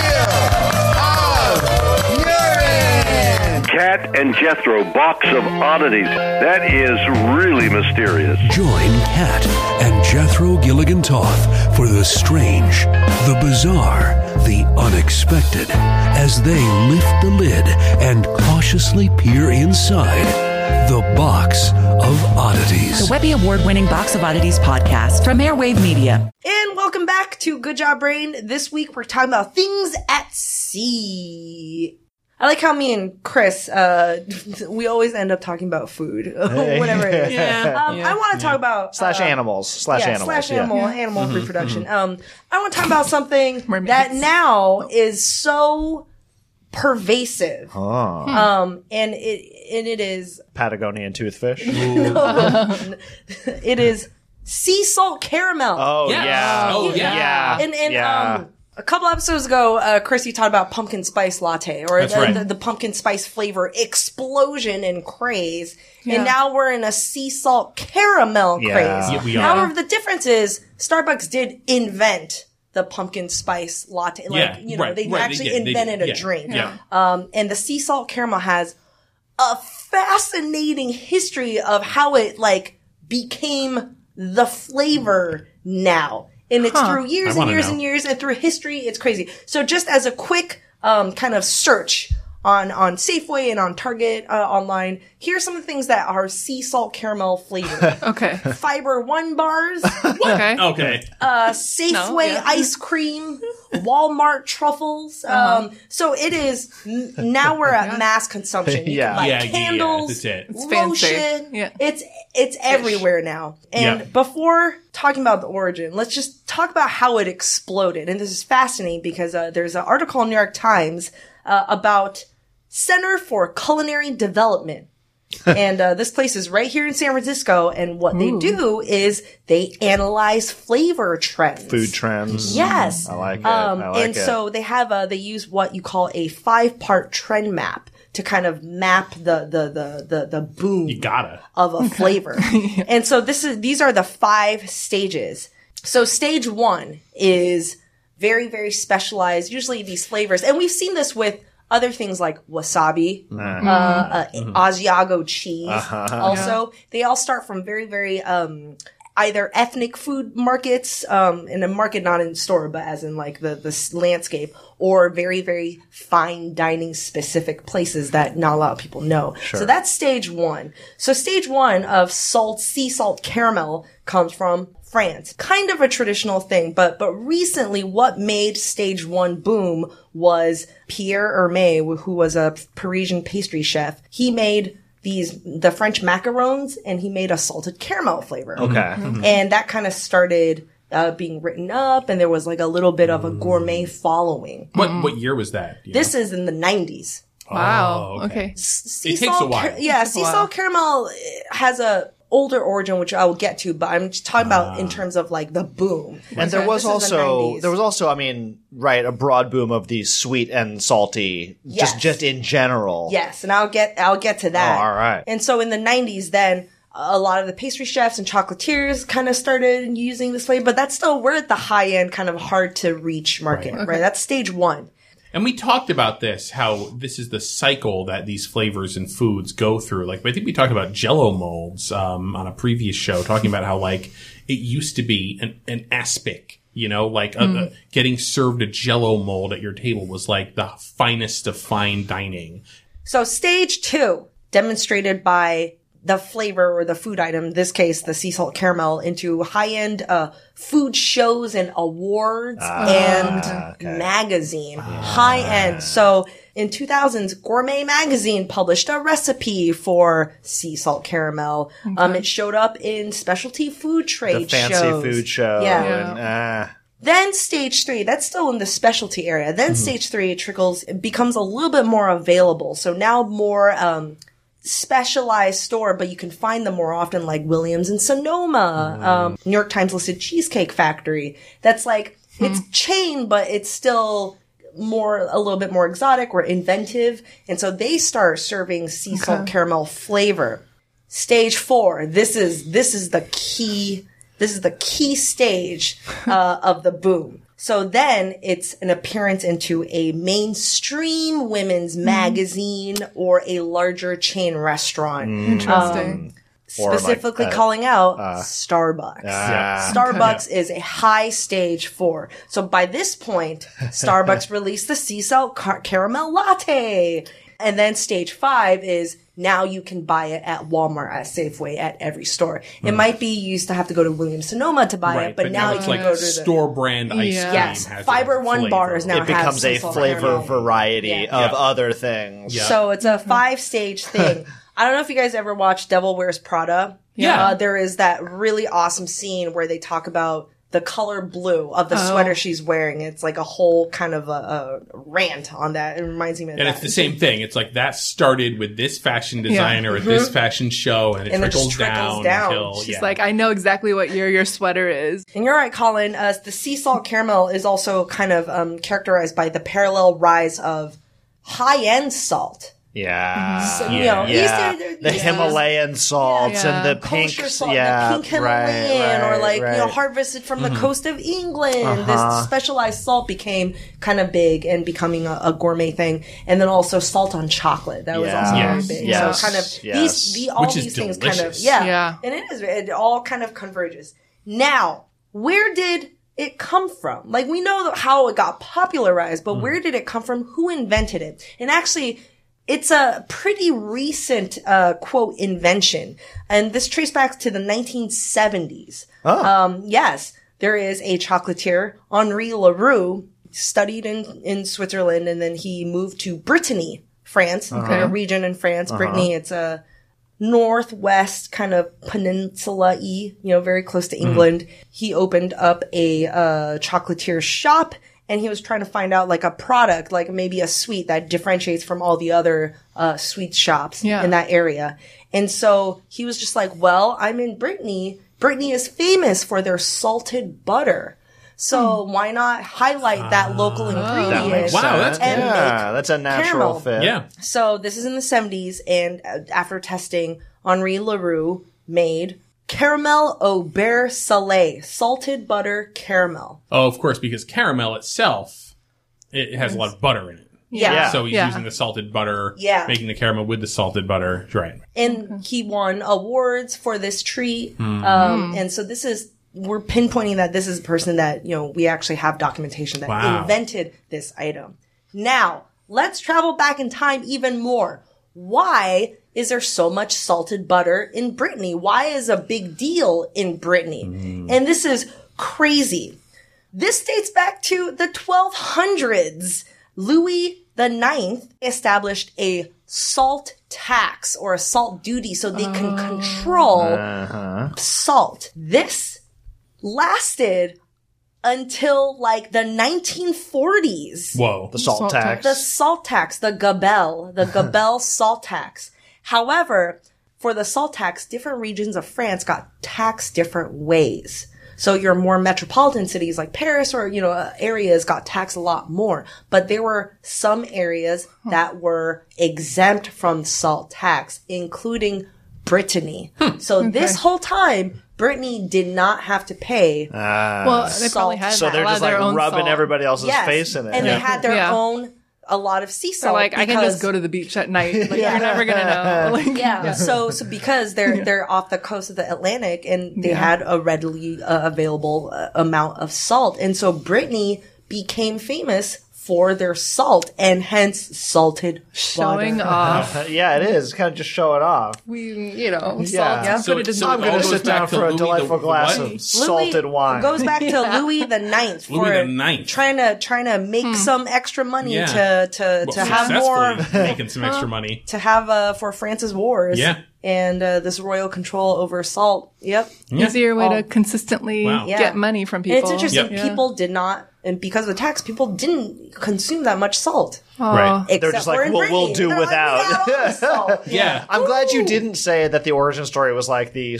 Speaker 9: Cat and Jethro Box of Oddities. That is really mysterious.
Speaker 10: Join Kat and Jethro Gilligan Toth for the strange, the bizarre, the unexpected as they lift the lid and cautiously peer inside the box of oddities.
Speaker 8: The Webby Award winning Box of Oddities podcast from Airwave Media.
Speaker 1: And welcome back to Good Job Brain. This week we're talking about things at sea. I like how me and Chris, uh, we always end up talking about food, whatever it is.
Speaker 3: Yeah.
Speaker 1: Um, I want to talk about
Speaker 2: Slash
Speaker 1: uh,
Speaker 2: animals. Slash
Speaker 1: yeah,
Speaker 2: animals.
Speaker 1: slash
Speaker 2: yeah. Mm-hmm,
Speaker 1: animal, animal reproduction. Um, I want to talk about something
Speaker 3: Mermaids.
Speaker 1: that now is so pervasive.
Speaker 2: Oh.
Speaker 1: Um, and it and it is
Speaker 2: Patagonian toothfish.
Speaker 1: it is sea salt caramel.
Speaker 2: Oh
Speaker 4: Yes.
Speaker 2: yeah.
Speaker 4: Oh, yeah.
Speaker 2: Yeah.
Speaker 1: And and
Speaker 2: yeah.
Speaker 1: um, a couple episodes ago, uh, Chris, you talked about pumpkin spice latte or
Speaker 4: That's
Speaker 1: the,
Speaker 4: right.
Speaker 1: the, the pumpkin spice flavor explosion and craze.
Speaker 3: Yeah.
Speaker 1: And now we're in a sea salt caramel
Speaker 2: Yeah.
Speaker 1: craze.
Speaker 4: Yeah, we are.
Speaker 1: However, the difference is Starbucks did invent the pumpkin spice latte. Like,
Speaker 4: yeah,
Speaker 1: you know,
Speaker 4: right,
Speaker 1: they
Speaker 4: right,
Speaker 1: actually
Speaker 4: did, they did,
Speaker 1: invented a
Speaker 4: yeah,
Speaker 1: drink.
Speaker 4: Yeah.
Speaker 1: Um, and the sea salt caramel has a fascinating history of how it like became the flavor now. And it's through years
Speaker 4: I
Speaker 1: and
Speaker 4: wanna
Speaker 1: years
Speaker 4: know.
Speaker 1: and years and through history. It's crazy. So just as a quick, um, kind of search on on Safeway and on Target uh, online. Here are some of the things that are sea salt caramel flavored.
Speaker 3: okay.
Speaker 1: Fiber One bars,
Speaker 3: Okay.
Speaker 4: Okay.
Speaker 1: uh, Safeway
Speaker 3: yeah.
Speaker 1: ice cream, Walmart truffles. Um, so it is n- now we're at mass consumption. You
Speaker 2: Yeah.
Speaker 1: can buy
Speaker 4: Yeah, yeah,
Speaker 1: candles,
Speaker 4: that's it. It's
Speaker 3: fancy.
Speaker 1: lotion.
Speaker 3: Yeah.
Speaker 1: It's it's everywhere now. And
Speaker 4: Yeah.
Speaker 1: before talking about the origin, let's just talk about how it exploded. And this is fascinating because uh, there's an article in New York Times uh, about Center for Culinary Development and uh, this place is right here in San Francisco. And what they do is they analyze flavor trends.
Speaker 2: Food trends.
Speaker 1: Yes.
Speaker 2: I like it.
Speaker 1: Um,
Speaker 2: I like
Speaker 1: and
Speaker 2: it.
Speaker 1: so they have a, they use what you call a five part trend map to kind of map the, the, the, the, the boom
Speaker 4: You gotta.
Speaker 1: of a flavor. And so this is these are the five stages. So stage 1 is very very specialized usually these flavors and we've seen this with other things like wasabi, uh, uh, Asiago cheese. Also, they all start from very, very um, either ethnic food markets, um, in a market not in store, but as in like the the s- landscape, or very, very fine dining specific places that not a lot of people know. So that's stage one. So stage one of salt sea salt caramel comes from France. Kind of a traditional thing, but but recently what made stage 1 boom was Pierre Hermé, who was a Parisian pastry chef. He made these the French macarons and he made a salted caramel flavor.
Speaker 2: okay.
Speaker 1: Mm-hmm. And that kind of started uh, being written up and there was like a little bit of a gourmet following.
Speaker 4: What what year was that? Mm. Yeah.
Speaker 1: Mm. This is in the 90s.
Speaker 3: Wow.
Speaker 4: Oh, okay.
Speaker 3: okay.
Speaker 2: Um,
Speaker 1: sea
Speaker 4: It takes a
Speaker 1: salt
Speaker 4: while.
Speaker 1: car- yeah, sea salt caramel eh, has a older origin, which I will get to, but I'm just talking about
Speaker 4: Ah.
Speaker 1: in terms of like the boom.
Speaker 2: And there was
Speaker 1: This is the
Speaker 2: also
Speaker 1: 90s.
Speaker 2: there was also I mean right a broad boom of the sweet and salty
Speaker 1: Yes.
Speaker 2: just just in general.
Speaker 1: Yes, and I'll get I'll get to that.
Speaker 2: Oh, all right.
Speaker 1: And so in the '90s, then a lot of the pastry chefs and chocolatiers kind of started using this flavor, but that's still we're at the high end, kind of hard to reach market, right? That's stage one.
Speaker 4: And we talked about this, how this is the cycle that these flavors and foods go through. Like, I think we talked about jello molds um, on a previous show, talking about how, like, it used to be an, an aspic, you know, like a,
Speaker 1: Mm.
Speaker 4: a- getting served a jello mold at your table was like the finest of fine dining.
Speaker 1: So stage two, demonstrated by the flavor or the food item, in this case the sea salt caramel, into high end uh, food shows and awards
Speaker 2: Ah,
Speaker 1: and magazine. High end. So in 2000s, Gourmet Magazine published a recipe for sea salt caramel. Um, it showed up in specialty food trade
Speaker 2: The fancy
Speaker 1: shows.
Speaker 2: food show.
Speaker 1: Yeah.
Speaker 2: And, uh,
Speaker 1: Then stage three, that's still in the specialty area. Then stage three trickles becomes a little bit more available. So now more um, specialized store, but you can find them more often, like Williams and Sonoma, um, New York Times listed Cheesecake Factory. That's like it's chain, but it's still more a little bit more exotic or inventive. And so they start serving sea salt caramel flavor stage four this is this is the key this is the key stage uh, of the boom so then it's an appearance into a mainstream women's magazine or a larger chain restaurant Um,
Speaker 3: Interesting.
Speaker 2: or like,
Speaker 1: specifically
Speaker 2: uh,
Speaker 1: calling out starbucks
Speaker 2: ah.
Speaker 1: starbucks is a high stage four so by this point starbucks released the sea salt car- caramel latte and then stage five is now you can buy it at Walmart, at Safeway, at every store.
Speaker 2: Hmm.
Speaker 1: It might be you used to have to go to Williams Sonoma to buy it, but, now, you
Speaker 4: it's
Speaker 1: can
Speaker 4: like
Speaker 1: go to the
Speaker 4: store brand ice
Speaker 3: Yeah.
Speaker 4: cream.
Speaker 1: Yes,
Speaker 4: has
Speaker 1: Fiber
Speaker 4: that
Speaker 1: One
Speaker 4: flavor.
Speaker 1: bars now
Speaker 2: it becomes a
Speaker 1: Have some
Speaker 2: flavor
Speaker 1: caramel.
Speaker 2: variety
Speaker 1: Yeah.
Speaker 2: of other things.
Speaker 4: Yeah.
Speaker 1: So it's a five stage thing. I don't know if you guys ever watched Devil Wears Prada.
Speaker 4: Yeah.
Speaker 1: Uh, there is that really awesome scene where they talk about the color blue of the sweater she's wearing. It's like a whole kind of a, a rant on that. It reminds me of
Speaker 4: And
Speaker 1: that.
Speaker 4: it's the same thing. It's like that started with this fashion designer at this fashion show, and it
Speaker 1: Mm-hmm. And it
Speaker 4: trickles,
Speaker 1: just trickles
Speaker 4: down,
Speaker 1: down.
Speaker 4: until
Speaker 1: She's
Speaker 4: yeah.
Speaker 3: It's like I know exactly what year your sweater is.
Speaker 1: And you're right, Colin. Uh, the sea salt caramel is also kind of um, characterized by the parallel rise of high end salt.
Speaker 2: Yeah.
Speaker 1: you know, these
Speaker 2: Yeah.
Speaker 1: are- they're-
Speaker 2: the
Speaker 1: these are-
Speaker 2: Himalayan salts
Speaker 3: Yeah.
Speaker 2: and the pink,
Speaker 1: kosher salt,
Speaker 2: yeah,
Speaker 1: the pink Himalayan,
Speaker 2: right, right,
Speaker 1: or like you know,
Speaker 2: right. Mm-hmm. Uh-huh.
Speaker 1: harvested from the coast of England. This specialized salt became kind of big and becoming a, a gourmet thing, and then also salt on chocolate that was
Speaker 2: Yeah.
Speaker 1: also
Speaker 4: Yes.
Speaker 1: very big.
Speaker 2: Yes.
Speaker 1: So kind of
Speaker 2: Yes.
Speaker 1: these, the, all
Speaker 4: Which is
Speaker 1: these things kind of
Speaker 4: delicious.
Speaker 1: yeah,
Speaker 3: Yeah.
Speaker 1: and it is it all kind of converges. Now, where did it come from?
Speaker 2: Hmm.
Speaker 1: Like we know that how it got popularized, but where did it come from? Who invented it? And actually, It's a pretty recent, uh, quote, invention. And this traced back to the 1970s.
Speaker 2: Oh.
Speaker 1: Um, yes, there is a chocolatier, Henri LaRue, studied in, in Switzerland and then he moved to Brittany, France,
Speaker 2: Okay.
Speaker 1: a region in France.
Speaker 2: Uh-huh.
Speaker 1: Brittany, it's a northwest kind of peninsula y, you know, very close to
Speaker 2: Mm-hmm.
Speaker 11: Mhm.
Speaker 1: England. He opened up a uh, chocolatier shop and he was trying to find out like a product, like maybe a sweet that differentiates from all the other uh, sweet shops
Speaker 11: Yeah.
Speaker 1: in that area. And so he was just like, well, I'm in Brittany. Brittany is famous for their salted butter. So why not highlight that local ingredient?
Speaker 2: Hmm. Ah. That makes
Speaker 4: Wow,
Speaker 2: sense.
Speaker 4: that's cool.
Speaker 1: And
Speaker 2: yeah, that's a
Speaker 1: caramel.
Speaker 2: natural fit.
Speaker 1: So this is in the 70s, and uh, after testing, Henri LaRue made caramel au beurre salé, salted butter caramel.
Speaker 4: Oh, of course, because caramel itself it has a lot of butter in it.
Speaker 1: Yeah. Yeah.
Speaker 4: So he's
Speaker 1: Yeah.
Speaker 4: using the salted butter.
Speaker 1: Yeah.
Speaker 4: Making the caramel with the salted butter. Right.
Speaker 1: And he won awards for this treat.
Speaker 4: Hmm.
Speaker 1: Um, and so this is, we're pinpointing that this is a person that, you know, we actually have documentation that
Speaker 11: Wow.
Speaker 1: invented this item. Now, let's travel back in time even more. Why is there so much salted butter in Brittany? Why is a big deal in Brittany? And this is crazy. This dates back to the 1200s. Louis the Ninth established a salt tax or a salt duty so they can control
Speaker 2: Uh-huh.
Speaker 1: salt. This lasted until like the 1940s.
Speaker 4: Whoa.
Speaker 2: The salt, tax.
Speaker 1: The salt tax, the gabelle, the gabelle salt tax. However, for the salt tax, different regions of France got taxed different ways. So your more metropolitan cities like Paris or, you know, uh, areas got taxed a lot more. But there were some areas that were exempt from salt tax, including Brittany.
Speaker 3: Hmm.
Speaker 1: So this whole time, Brittany did not have to pay
Speaker 2: Ah.
Speaker 1: Well, they probably had
Speaker 2: so
Speaker 1: that.
Speaker 2: they're
Speaker 1: A lot
Speaker 2: just
Speaker 1: of
Speaker 2: like
Speaker 1: their own
Speaker 2: rubbing
Speaker 1: salt.
Speaker 2: everybody else's
Speaker 1: Yes,
Speaker 2: face in it.
Speaker 1: and they had their
Speaker 3: Yeah.
Speaker 1: own a lot of sea
Speaker 3: So
Speaker 1: salt.
Speaker 3: like I can
Speaker 1: because-
Speaker 3: just go to the beach at night. Like
Speaker 1: Yeah.
Speaker 3: you're never gonna know. Like,
Speaker 1: yeah. So so because they're they're off the coast of the Atlantic and they
Speaker 3: Yeah.
Speaker 1: had a readily uh, available uh, amount of salt, and so Brittany became famous for their salt and hence salted
Speaker 3: Showing
Speaker 1: butter.
Speaker 3: off.
Speaker 2: yeah, it is. Kind of just show it off.
Speaker 3: we you know
Speaker 2: Yeah.
Speaker 3: salt, yeah.
Speaker 2: So-
Speaker 3: but it doesn't.
Speaker 2: so I'm gonna
Speaker 3: all
Speaker 2: sit
Speaker 3: goes back
Speaker 2: down
Speaker 3: to
Speaker 2: for a
Speaker 3: Louis the-
Speaker 2: delightful
Speaker 3: the
Speaker 2: glass
Speaker 3: what?
Speaker 2: of salted wine.
Speaker 1: goes back
Speaker 3: Yeah. Hmm.
Speaker 1: to Louis the Ninth for
Speaker 4: Louis the Ninth.
Speaker 1: trying to trying to make some extra money
Speaker 4: Yeah.
Speaker 1: to to
Speaker 4: Well,
Speaker 1: to have more
Speaker 4: successfully making some extra money.
Speaker 1: to have uh, for France's wars.
Speaker 4: Yeah.
Speaker 1: And uh, this royal control over salt. Yep.
Speaker 3: Easier way
Speaker 1: All-
Speaker 3: to consistently
Speaker 4: Wow.
Speaker 3: get money from
Speaker 1: And
Speaker 3: people.
Speaker 1: it's interesting.
Speaker 3: Yeah.
Speaker 1: People did not, and because of the tax, people didn't consume that much salt.
Speaker 2: Right. They're
Speaker 1: Except
Speaker 2: just
Speaker 1: for
Speaker 2: like,
Speaker 1: in
Speaker 2: well, we'll
Speaker 1: Brittany.
Speaker 2: do
Speaker 1: They're like,
Speaker 2: without.
Speaker 4: yeah.
Speaker 2: I'm glad you didn't say that the origin story was like the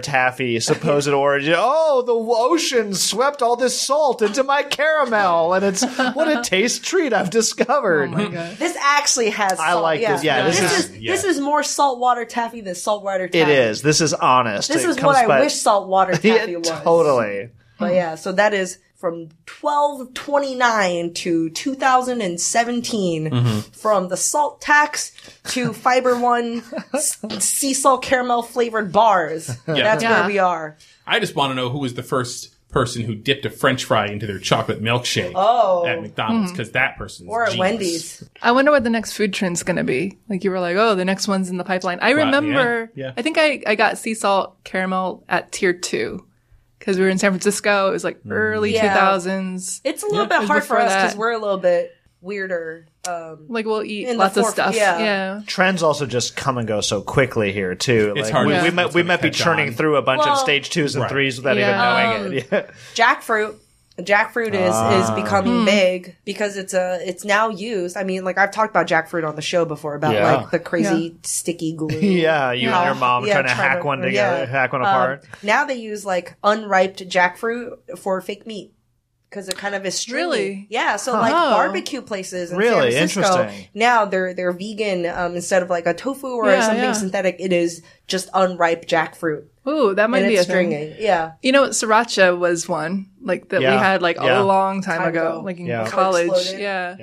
Speaker 2: taffy supposed origin. Oh, the ocean swept all this salt into my caramel, and it's what a taste treat I've discovered.
Speaker 1: Oh This actually has. Salt.
Speaker 2: I like
Speaker 1: yeah.
Speaker 2: this. Yeah, this is-
Speaker 1: is
Speaker 2: yeah.
Speaker 1: this is more saltwater taffy than saltwater
Speaker 2: It
Speaker 1: taffy.
Speaker 2: is. This is honest.
Speaker 1: This
Speaker 2: It
Speaker 1: is
Speaker 2: comes
Speaker 1: what I
Speaker 2: by-
Speaker 1: wish saltwater taffy
Speaker 2: Yeah,
Speaker 1: was.
Speaker 2: Totally.
Speaker 1: But yeah, so that is from 1229 to 2017,
Speaker 2: Mhm.
Speaker 1: from the salt tax to Fiber One s- sea salt caramel flavored bars.
Speaker 4: Yeah.
Speaker 1: That's
Speaker 4: Yeah.
Speaker 1: where we are.
Speaker 4: I just want to know who was the first person who dipped a French fry into their chocolate milkshake
Speaker 1: Oh.
Speaker 4: at McDonald's because that person
Speaker 3: Or at
Speaker 1: Wendy's.
Speaker 3: I wonder what the next food trend's going to be. Like you were like, oh, the next one's in the pipeline. I
Speaker 4: Right,
Speaker 3: remember,
Speaker 4: yeah, yeah.
Speaker 3: I think I, I got sea salt caramel at tier two because we were in San Francisco. It was
Speaker 4: Mm.
Speaker 3: like early
Speaker 1: Yeah.
Speaker 3: 2000s.
Speaker 1: It's a little
Speaker 3: It
Speaker 1: bit
Speaker 3: was
Speaker 1: hard for
Speaker 3: before
Speaker 1: us because
Speaker 3: that.
Speaker 1: we're a little bit weirder. Um,
Speaker 3: like we'll eat
Speaker 1: in the
Speaker 3: lots of
Speaker 1: foref-
Speaker 3: stuff.
Speaker 1: yeah.
Speaker 3: yeah.
Speaker 2: Trends also just come and go so quickly here too.
Speaker 4: It's
Speaker 2: Like,
Speaker 4: hard
Speaker 2: We,
Speaker 4: to-
Speaker 2: we
Speaker 4: it's
Speaker 2: might we might be
Speaker 4: catch
Speaker 2: churning
Speaker 4: on.
Speaker 2: through a bunch
Speaker 1: Well-
Speaker 2: of stage twos and
Speaker 4: Right.
Speaker 2: threes without
Speaker 1: Yeah.
Speaker 2: even knowing it. Yeah.
Speaker 1: jackfruit jackfruit is
Speaker 2: Ah.
Speaker 1: is becoming
Speaker 2: Hmm.
Speaker 1: big because it's a it's now used i mean like i've talked about jackfruit on the show before about
Speaker 2: Yeah.
Speaker 1: like the crazy sticky glue
Speaker 2: Yeah, you and your mom trying to
Speaker 1: try
Speaker 2: hack one together- hack one
Speaker 1: Um,
Speaker 2: apart.
Speaker 1: now they use like unripe jackfruit for fake meat because it kind of is stringy.
Speaker 3: Really?
Speaker 1: yeah so
Speaker 3: Huh.
Speaker 1: like
Speaker 3: Oh.
Speaker 1: barbecue places in
Speaker 2: Really?
Speaker 1: San Francisco,
Speaker 2: Interesting.
Speaker 1: now they're they're vegan um, instead of like a tofu or
Speaker 3: Yeah,
Speaker 1: something
Speaker 3: yeah.
Speaker 1: synthetic it is just unripe jackfruit
Speaker 3: Ooh, that might
Speaker 1: and
Speaker 3: be
Speaker 1: it's
Speaker 3: a thing.
Speaker 1: stringy yeah
Speaker 3: You know, sriracha was one like that we
Speaker 4: Yeah.
Speaker 3: had like a
Speaker 4: Yeah.
Speaker 3: long time,
Speaker 1: Time
Speaker 3: ago,
Speaker 1: ago.
Speaker 3: like in
Speaker 4: Yeah. Before it
Speaker 3: college.
Speaker 1: exploded.
Speaker 3: Yeah.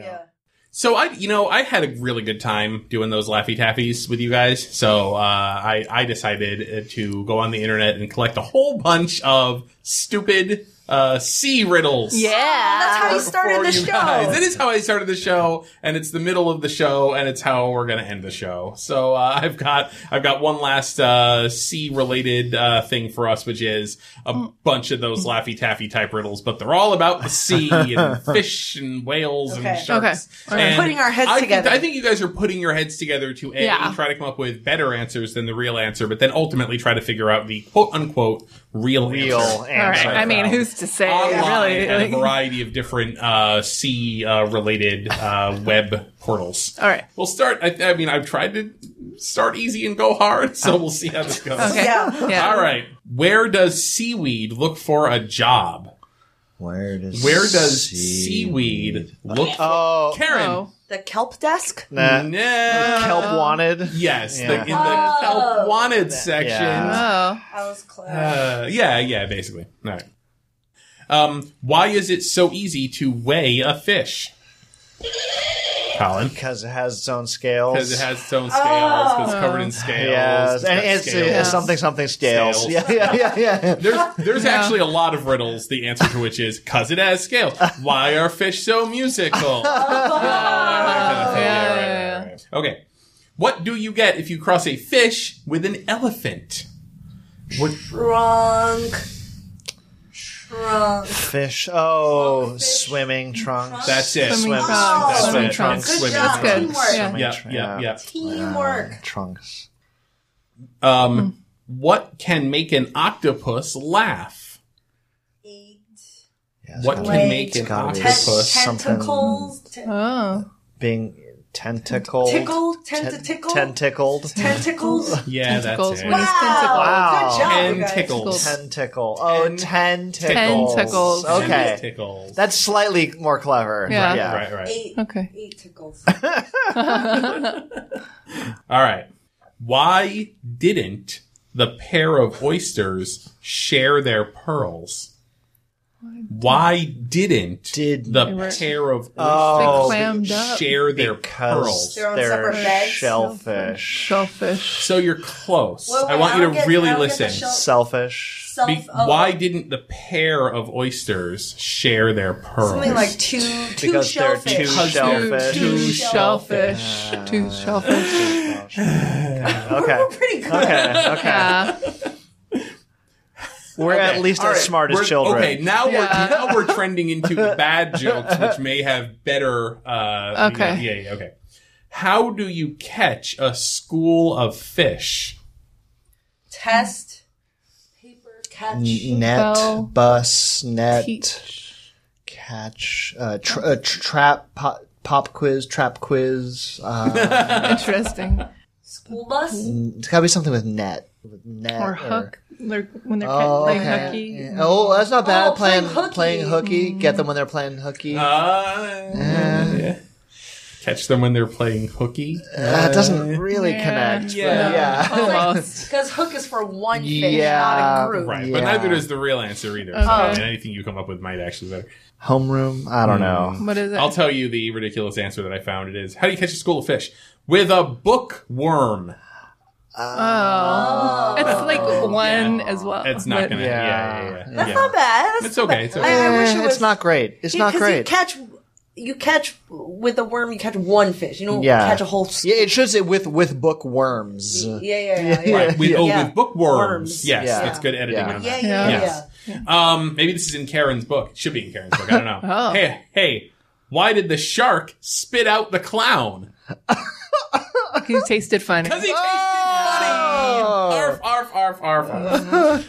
Speaker 4: So I, you know, I had a really good time doing those Laffy Taffies with you guys. So uh, I, I decided uh, to go on the internet and collect a whole bunch of stupid uh, C riddles.
Speaker 1: Yeah. Oh, that's how you started
Speaker 4: For
Speaker 1: the
Speaker 4: you
Speaker 1: show.
Speaker 4: guys. That is how I started the show, and it's the middle of the show, and it's how we're gonna end the show. So uh, I've got I've got one last uh, C related uh, thing for us, which is a
Speaker 1: Hmm.
Speaker 4: bunch of those Laffy Taffy type riddles, but they're all about the sea and fish and whales
Speaker 1: Okay.
Speaker 4: and sharks.
Speaker 1: Okay. We're
Speaker 4: And
Speaker 1: putting our heads
Speaker 4: I think-
Speaker 1: together.
Speaker 4: I think you guys are putting your heads together to a
Speaker 1: Yeah.
Speaker 4: try to come up with better answers than the real answer, but then ultimately try to figure out the quote unquote real
Speaker 2: Real
Speaker 4: answer.
Speaker 3: All right. I mean, who's to say?
Speaker 4: Online
Speaker 3: really?
Speaker 4: and a
Speaker 3: Like-
Speaker 4: variety of different uh, C uh, related uh, web portals.
Speaker 3: all right.
Speaker 4: We'll start. I, I mean, I've tried to start easy and go hard, so we'll see how this goes.
Speaker 3: Okay. Yeah. Yeah.
Speaker 4: All right. Where does seaweed look for a job?
Speaker 2: Where does
Speaker 4: Where does seaweed look?
Speaker 2: Oh,
Speaker 4: Karen.
Speaker 1: The kelp desk?
Speaker 2: Nah.
Speaker 4: No.
Speaker 2: Kelp wanted.
Speaker 4: Yes, the-
Speaker 2: Yeah.
Speaker 4: in the
Speaker 1: Oh.
Speaker 4: help wanted section.
Speaker 3: Oh.
Speaker 1: I was close.
Speaker 4: Uh, yeah, yeah, basically. All right. Um, why is it so easy to weigh a fish? Colin.
Speaker 2: Because it has its own scales.
Speaker 4: Because it has its own scales. 'cause
Speaker 3: Oh.
Speaker 4: it's covered in scales.
Speaker 2: Yes,
Speaker 4: got
Speaker 2: and it's uh,
Speaker 4: scales.
Speaker 2: something something scales.
Speaker 4: Scales.
Speaker 2: Yeah, yeah, yeah, yeah.
Speaker 4: There's there's actually a lot of riddles. The answer to which is because it has scales. Why are fish so musical?
Speaker 3: Yeah,
Speaker 4: right,
Speaker 3: yeah, yeah.
Speaker 4: Okay. What do you get if you cross a fish with an elephant? What?
Speaker 1: Trunk. Trunk.
Speaker 2: Fish. Oh, swimming trunks.
Speaker 4: That's it.
Speaker 2: Swimming
Speaker 4: Swimming
Speaker 2: trunks. That's
Speaker 4: trunks. Swimming
Speaker 3: Oh,
Speaker 2: it.
Speaker 4: trunks. Good Swimming
Speaker 1: job. trunks. Teamwork.
Speaker 2: Swimming
Speaker 4: Yeah,
Speaker 2: tr-
Speaker 4: yeah, yeah.
Speaker 1: Teamwork.
Speaker 2: Trunks.
Speaker 4: Um, what can make an octopus laugh?
Speaker 2: Yeah, it's
Speaker 4: What
Speaker 2: gotta
Speaker 4: can
Speaker 2: be-
Speaker 4: make
Speaker 2: it's
Speaker 4: an
Speaker 2: gotta be
Speaker 4: octopus-
Speaker 2: something
Speaker 1: Tentacles. Ten-
Speaker 3: Oh.
Speaker 2: being tentacled?
Speaker 1: Tickled?
Speaker 2: Ten-
Speaker 1: Tentaticled?
Speaker 2: Tentacled.
Speaker 1: Tentacles?
Speaker 4: Yeah,
Speaker 3: Tentacles.
Speaker 4: that's
Speaker 3: What
Speaker 4: it.
Speaker 3: is tentacle?
Speaker 1: Wow. Good job, you guys.
Speaker 4: Tentacles.
Speaker 2: Tentacle. Oh, tentacles.
Speaker 3: Tentacles.
Speaker 2: Okay.
Speaker 4: Tentacles.
Speaker 2: That's slightly more clever.
Speaker 3: Yeah.
Speaker 2: yeah.
Speaker 4: Right, right.
Speaker 1: Eight.
Speaker 3: Okay.
Speaker 1: Eight tickles.
Speaker 4: All right. Why didn't the pair of oysters share their pearls? Why didn't
Speaker 2: Did-
Speaker 4: the
Speaker 3: They were-
Speaker 4: pair of
Speaker 2: Oh. They
Speaker 4: oysters
Speaker 3: clammed up.
Speaker 4: share their
Speaker 2: Because
Speaker 4: pearls?
Speaker 1: They're on
Speaker 2: they're
Speaker 1: separate beds.
Speaker 2: shellfish.
Speaker 3: Shellfish.
Speaker 4: So you're close.
Speaker 1: Wait, wait,
Speaker 4: I want
Speaker 1: I
Speaker 4: you
Speaker 1: don't
Speaker 4: to
Speaker 1: get- I
Speaker 4: really
Speaker 1: don't get the
Speaker 4: listen.
Speaker 1: shell-
Speaker 2: Selfish.
Speaker 1: Self,
Speaker 4: Be-
Speaker 1: oh,
Speaker 4: why didn't the pair of oysters share their pearls?
Speaker 1: Something like two, two
Speaker 2: Because they're
Speaker 1: shellfish.
Speaker 2: two
Speaker 4: Because they're
Speaker 2: shellfish.
Speaker 4: two
Speaker 3: Two
Speaker 4: shellfish.
Speaker 3: shellfish. Two shellfish.
Speaker 2: Okay.
Speaker 1: We're pretty good.
Speaker 2: Okay. Okay.
Speaker 3: Yeah.
Speaker 2: We're
Speaker 4: Okay,
Speaker 2: at least
Speaker 4: all
Speaker 2: as
Speaker 4: right,
Speaker 2: smart as
Speaker 4: we're-
Speaker 2: children.
Speaker 4: Okay, now
Speaker 3: Yeah.
Speaker 4: we're now we're trending into bad jokes, which may have better. Uh,
Speaker 3: Okay.
Speaker 4: Yeah, yeah, yeah, okay. How do you catch a school of fish?
Speaker 1: Test, paper, catch.
Speaker 2: N- Net,
Speaker 3: Bell.
Speaker 2: bus, net,
Speaker 3: Teach.
Speaker 2: catch, uh, tr uh, tr- trap, pop, pop quiz, trap quiz. Uh,
Speaker 3: Interesting.
Speaker 1: School bus?
Speaker 2: it's gotta be something with net. With net
Speaker 3: Or hook. They're, when they're
Speaker 2: Oh,
Speaker 3: playing
Speaker 2: okay.
Speaker 3: hooky.
Speaker 2: Yeah. Oh, that's not bad.
Speaker 1: Oh, playing
Speaker 2: playing
Speaker 1: hooky.
Speaker 2: playing hooky. Get them when they're playing hooky.
Speaker 4: Uh, yeah. Catch them when they're playing hooky.
Speaker 2: that doesn't really connect.
Speaker 4: yeah.
Speaker 2: Yeah.
Speaker 1: Oh.
Speaker 2: But yeah.
Speaker 3: Almost.
Speaker 1: Because hook is for one fish,
Speaker 2: Yeah.
Speaker 1: not a group.
Speaker 4: Right, but
Speaker 2: Yeah.
Speaker 4: neither does the real answer either. So, I mean, anything you come up with might actually be better.
Speaker 2: Homeroom. I don't know.
Speaker 3: What is it?
Speaker 4: I'll tell you the ridiculous answer that I found. It is how do you catch a school of fish with a bookworm?
Speaker 3: oh. It's like one as well.
Speaker 4: It's not
Speaker 3: But-
Speaker 4: gonna.
Speaker 2: Yeah.
Speaker 4: Yeah, yeah, yeah.
Speaker 1: That's
Speaker 4: yeah.
Speaker 1: not bad. That's
Speaker 4: It's okay. It's okay.
Speaker 1: I, I wish it
Speaker 2: Eh,
Speaker 1: was.
Speaker 2: it's not great. It's not
Speaker 1: 'cause You
Speaker 2: great.
Speaker 1: catch, you catch with a worm. You catch one fish. You don't
Speaker 2: Yeah.
Speaker 1: catch a whole. s-
Speaker 2: Yeah, it should say with with bookworms.
Speaker 1: yeah, yeah, yeah. yeah.
Speaker 4: Right. With, Oh,
Speaker 1: Yeah.
Speaker 4: with bookworms.
Speaker 1: Worms.
Speaker 4: Yes,
Speaker 2: Yeah.
Speaker 4: that's good editing
Speaker 2: Yeah.
Speaker 4: on
Speaker 1: Yeah,
Speaker 4: that.
Speaker 1: yeah,
Speaker 4: Yes. Um, maybe this is in Karen's book. It should be in Karen's book. I don't know.
Speaker 3: Oh.
Speaker 4: Hey, hey, why did the shark spit out the clown?
Speaker 3: You tasted funny.
Speaker 4: Because he tasted
Speaker 2: Oh.
Speaker 4: funny. Arf, arf, arf, arf.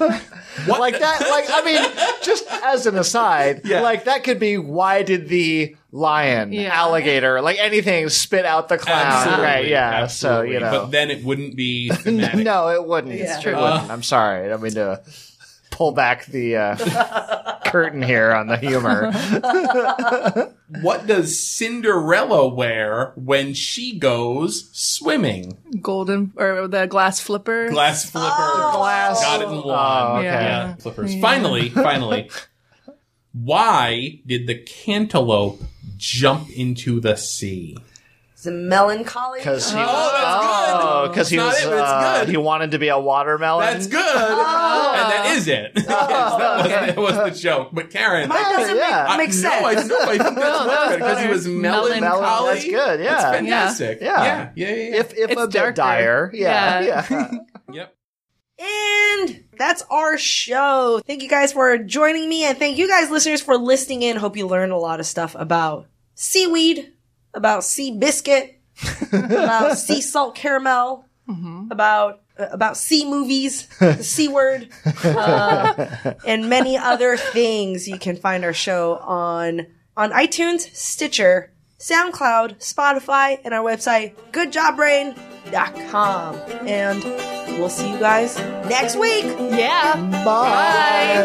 Speaker 4: arf.
Speaker 2: What? Like that, like, I mean, just as an aside,
Speaker 4: Yeah.
Speaker 2: like, that could be why did the lion,
Speaker 3: Yeah.
Speaker 2: alligator, like anything spit out the clown?
Speaker 4: Absolutely.
Speaker 2: Right, yeah.
Speaker 4: Absolutely.
Speaker 2: So, you
Speaker 4: But
Speaker 2: know.
Speaker 4: then it wouldn't be thematic.
Speaker 2: no, it wouldn't.
Speaker 1: It's
Speaker 2: It
Speaker 1: true.
Speaker 4: Uh.
Speaker 2: wouldn't. I'm sorry. I don't mean to pull back the uh, curtain here on the humor.
Speaker 4: What does Cinderella wear when she goes swimming?
Speaker 3: Golden or the glass flipper.
Speaker 4: Glass flippers.
Speaker 2: Glass.
Speaker 4: Got it in one.
Speaker 2: Oh, okay.
Speaker 4: Yeah.
Speaker 3: Yeah.
Speaker 4: Flippers. Finally, finally. Why did the cantaloupe jump into the sea?
Speaker 1: Is Some melancholy.
Speaker 2: Because he,
Speaker 1: Oh,
Speaker 4: that's good.
Speaker 2: oh, 'cause he was,
Speaker 4: That's not it, but it's
Speaker 2: uh,
Speaker 4: good.
Speaker 2: he wanted to be a watermelon.
Speaker 4: That's good.
Speaker 2: Oh.
Speaker 4: and that is it. yes, that, was, that was the joke. But Karen,
Speaker 1: Mine doesn't make-
Speaker 2: yeah.
Speaker 1: make, sense.
Speaker 4: No, I, no, I think that's
Speaker 3: No, that was
Speaker 4: because he
Speaker 3: better.
Speaker 4: was melancholy.
Speaker 3: Melancholy.
Speaker 2: That's good. Yeah.
Speaker 4: That's fantastic.
Speaker 2: Yeah.
Speaker 4: Yeah. Yeah. yeah, yeah.
Speaker 2: If if
Speaker 3: It's
Speaker 2: a bit
Speaker 3: darker.
Speaker 2: dire, yeah, yeah.
Speaker 3: Yeah.
Speaker 4: yep.
Speaker 1: And that's our show. Thank you guys for joining me and thank you guys listeners for listening in. Hope you learned a lot of stuff about seaweed, about sea biscuit, about sea salt caramel, about uh, about sea movies, the C word, uh, and many other things. You can find our show on on iTunes, Stitcher, SoundCloud, Spotify, and our website, goodjobbrain.com. And we'll see you guys next week.
Speaker 3: Yeah.
Speaker 2: Bye.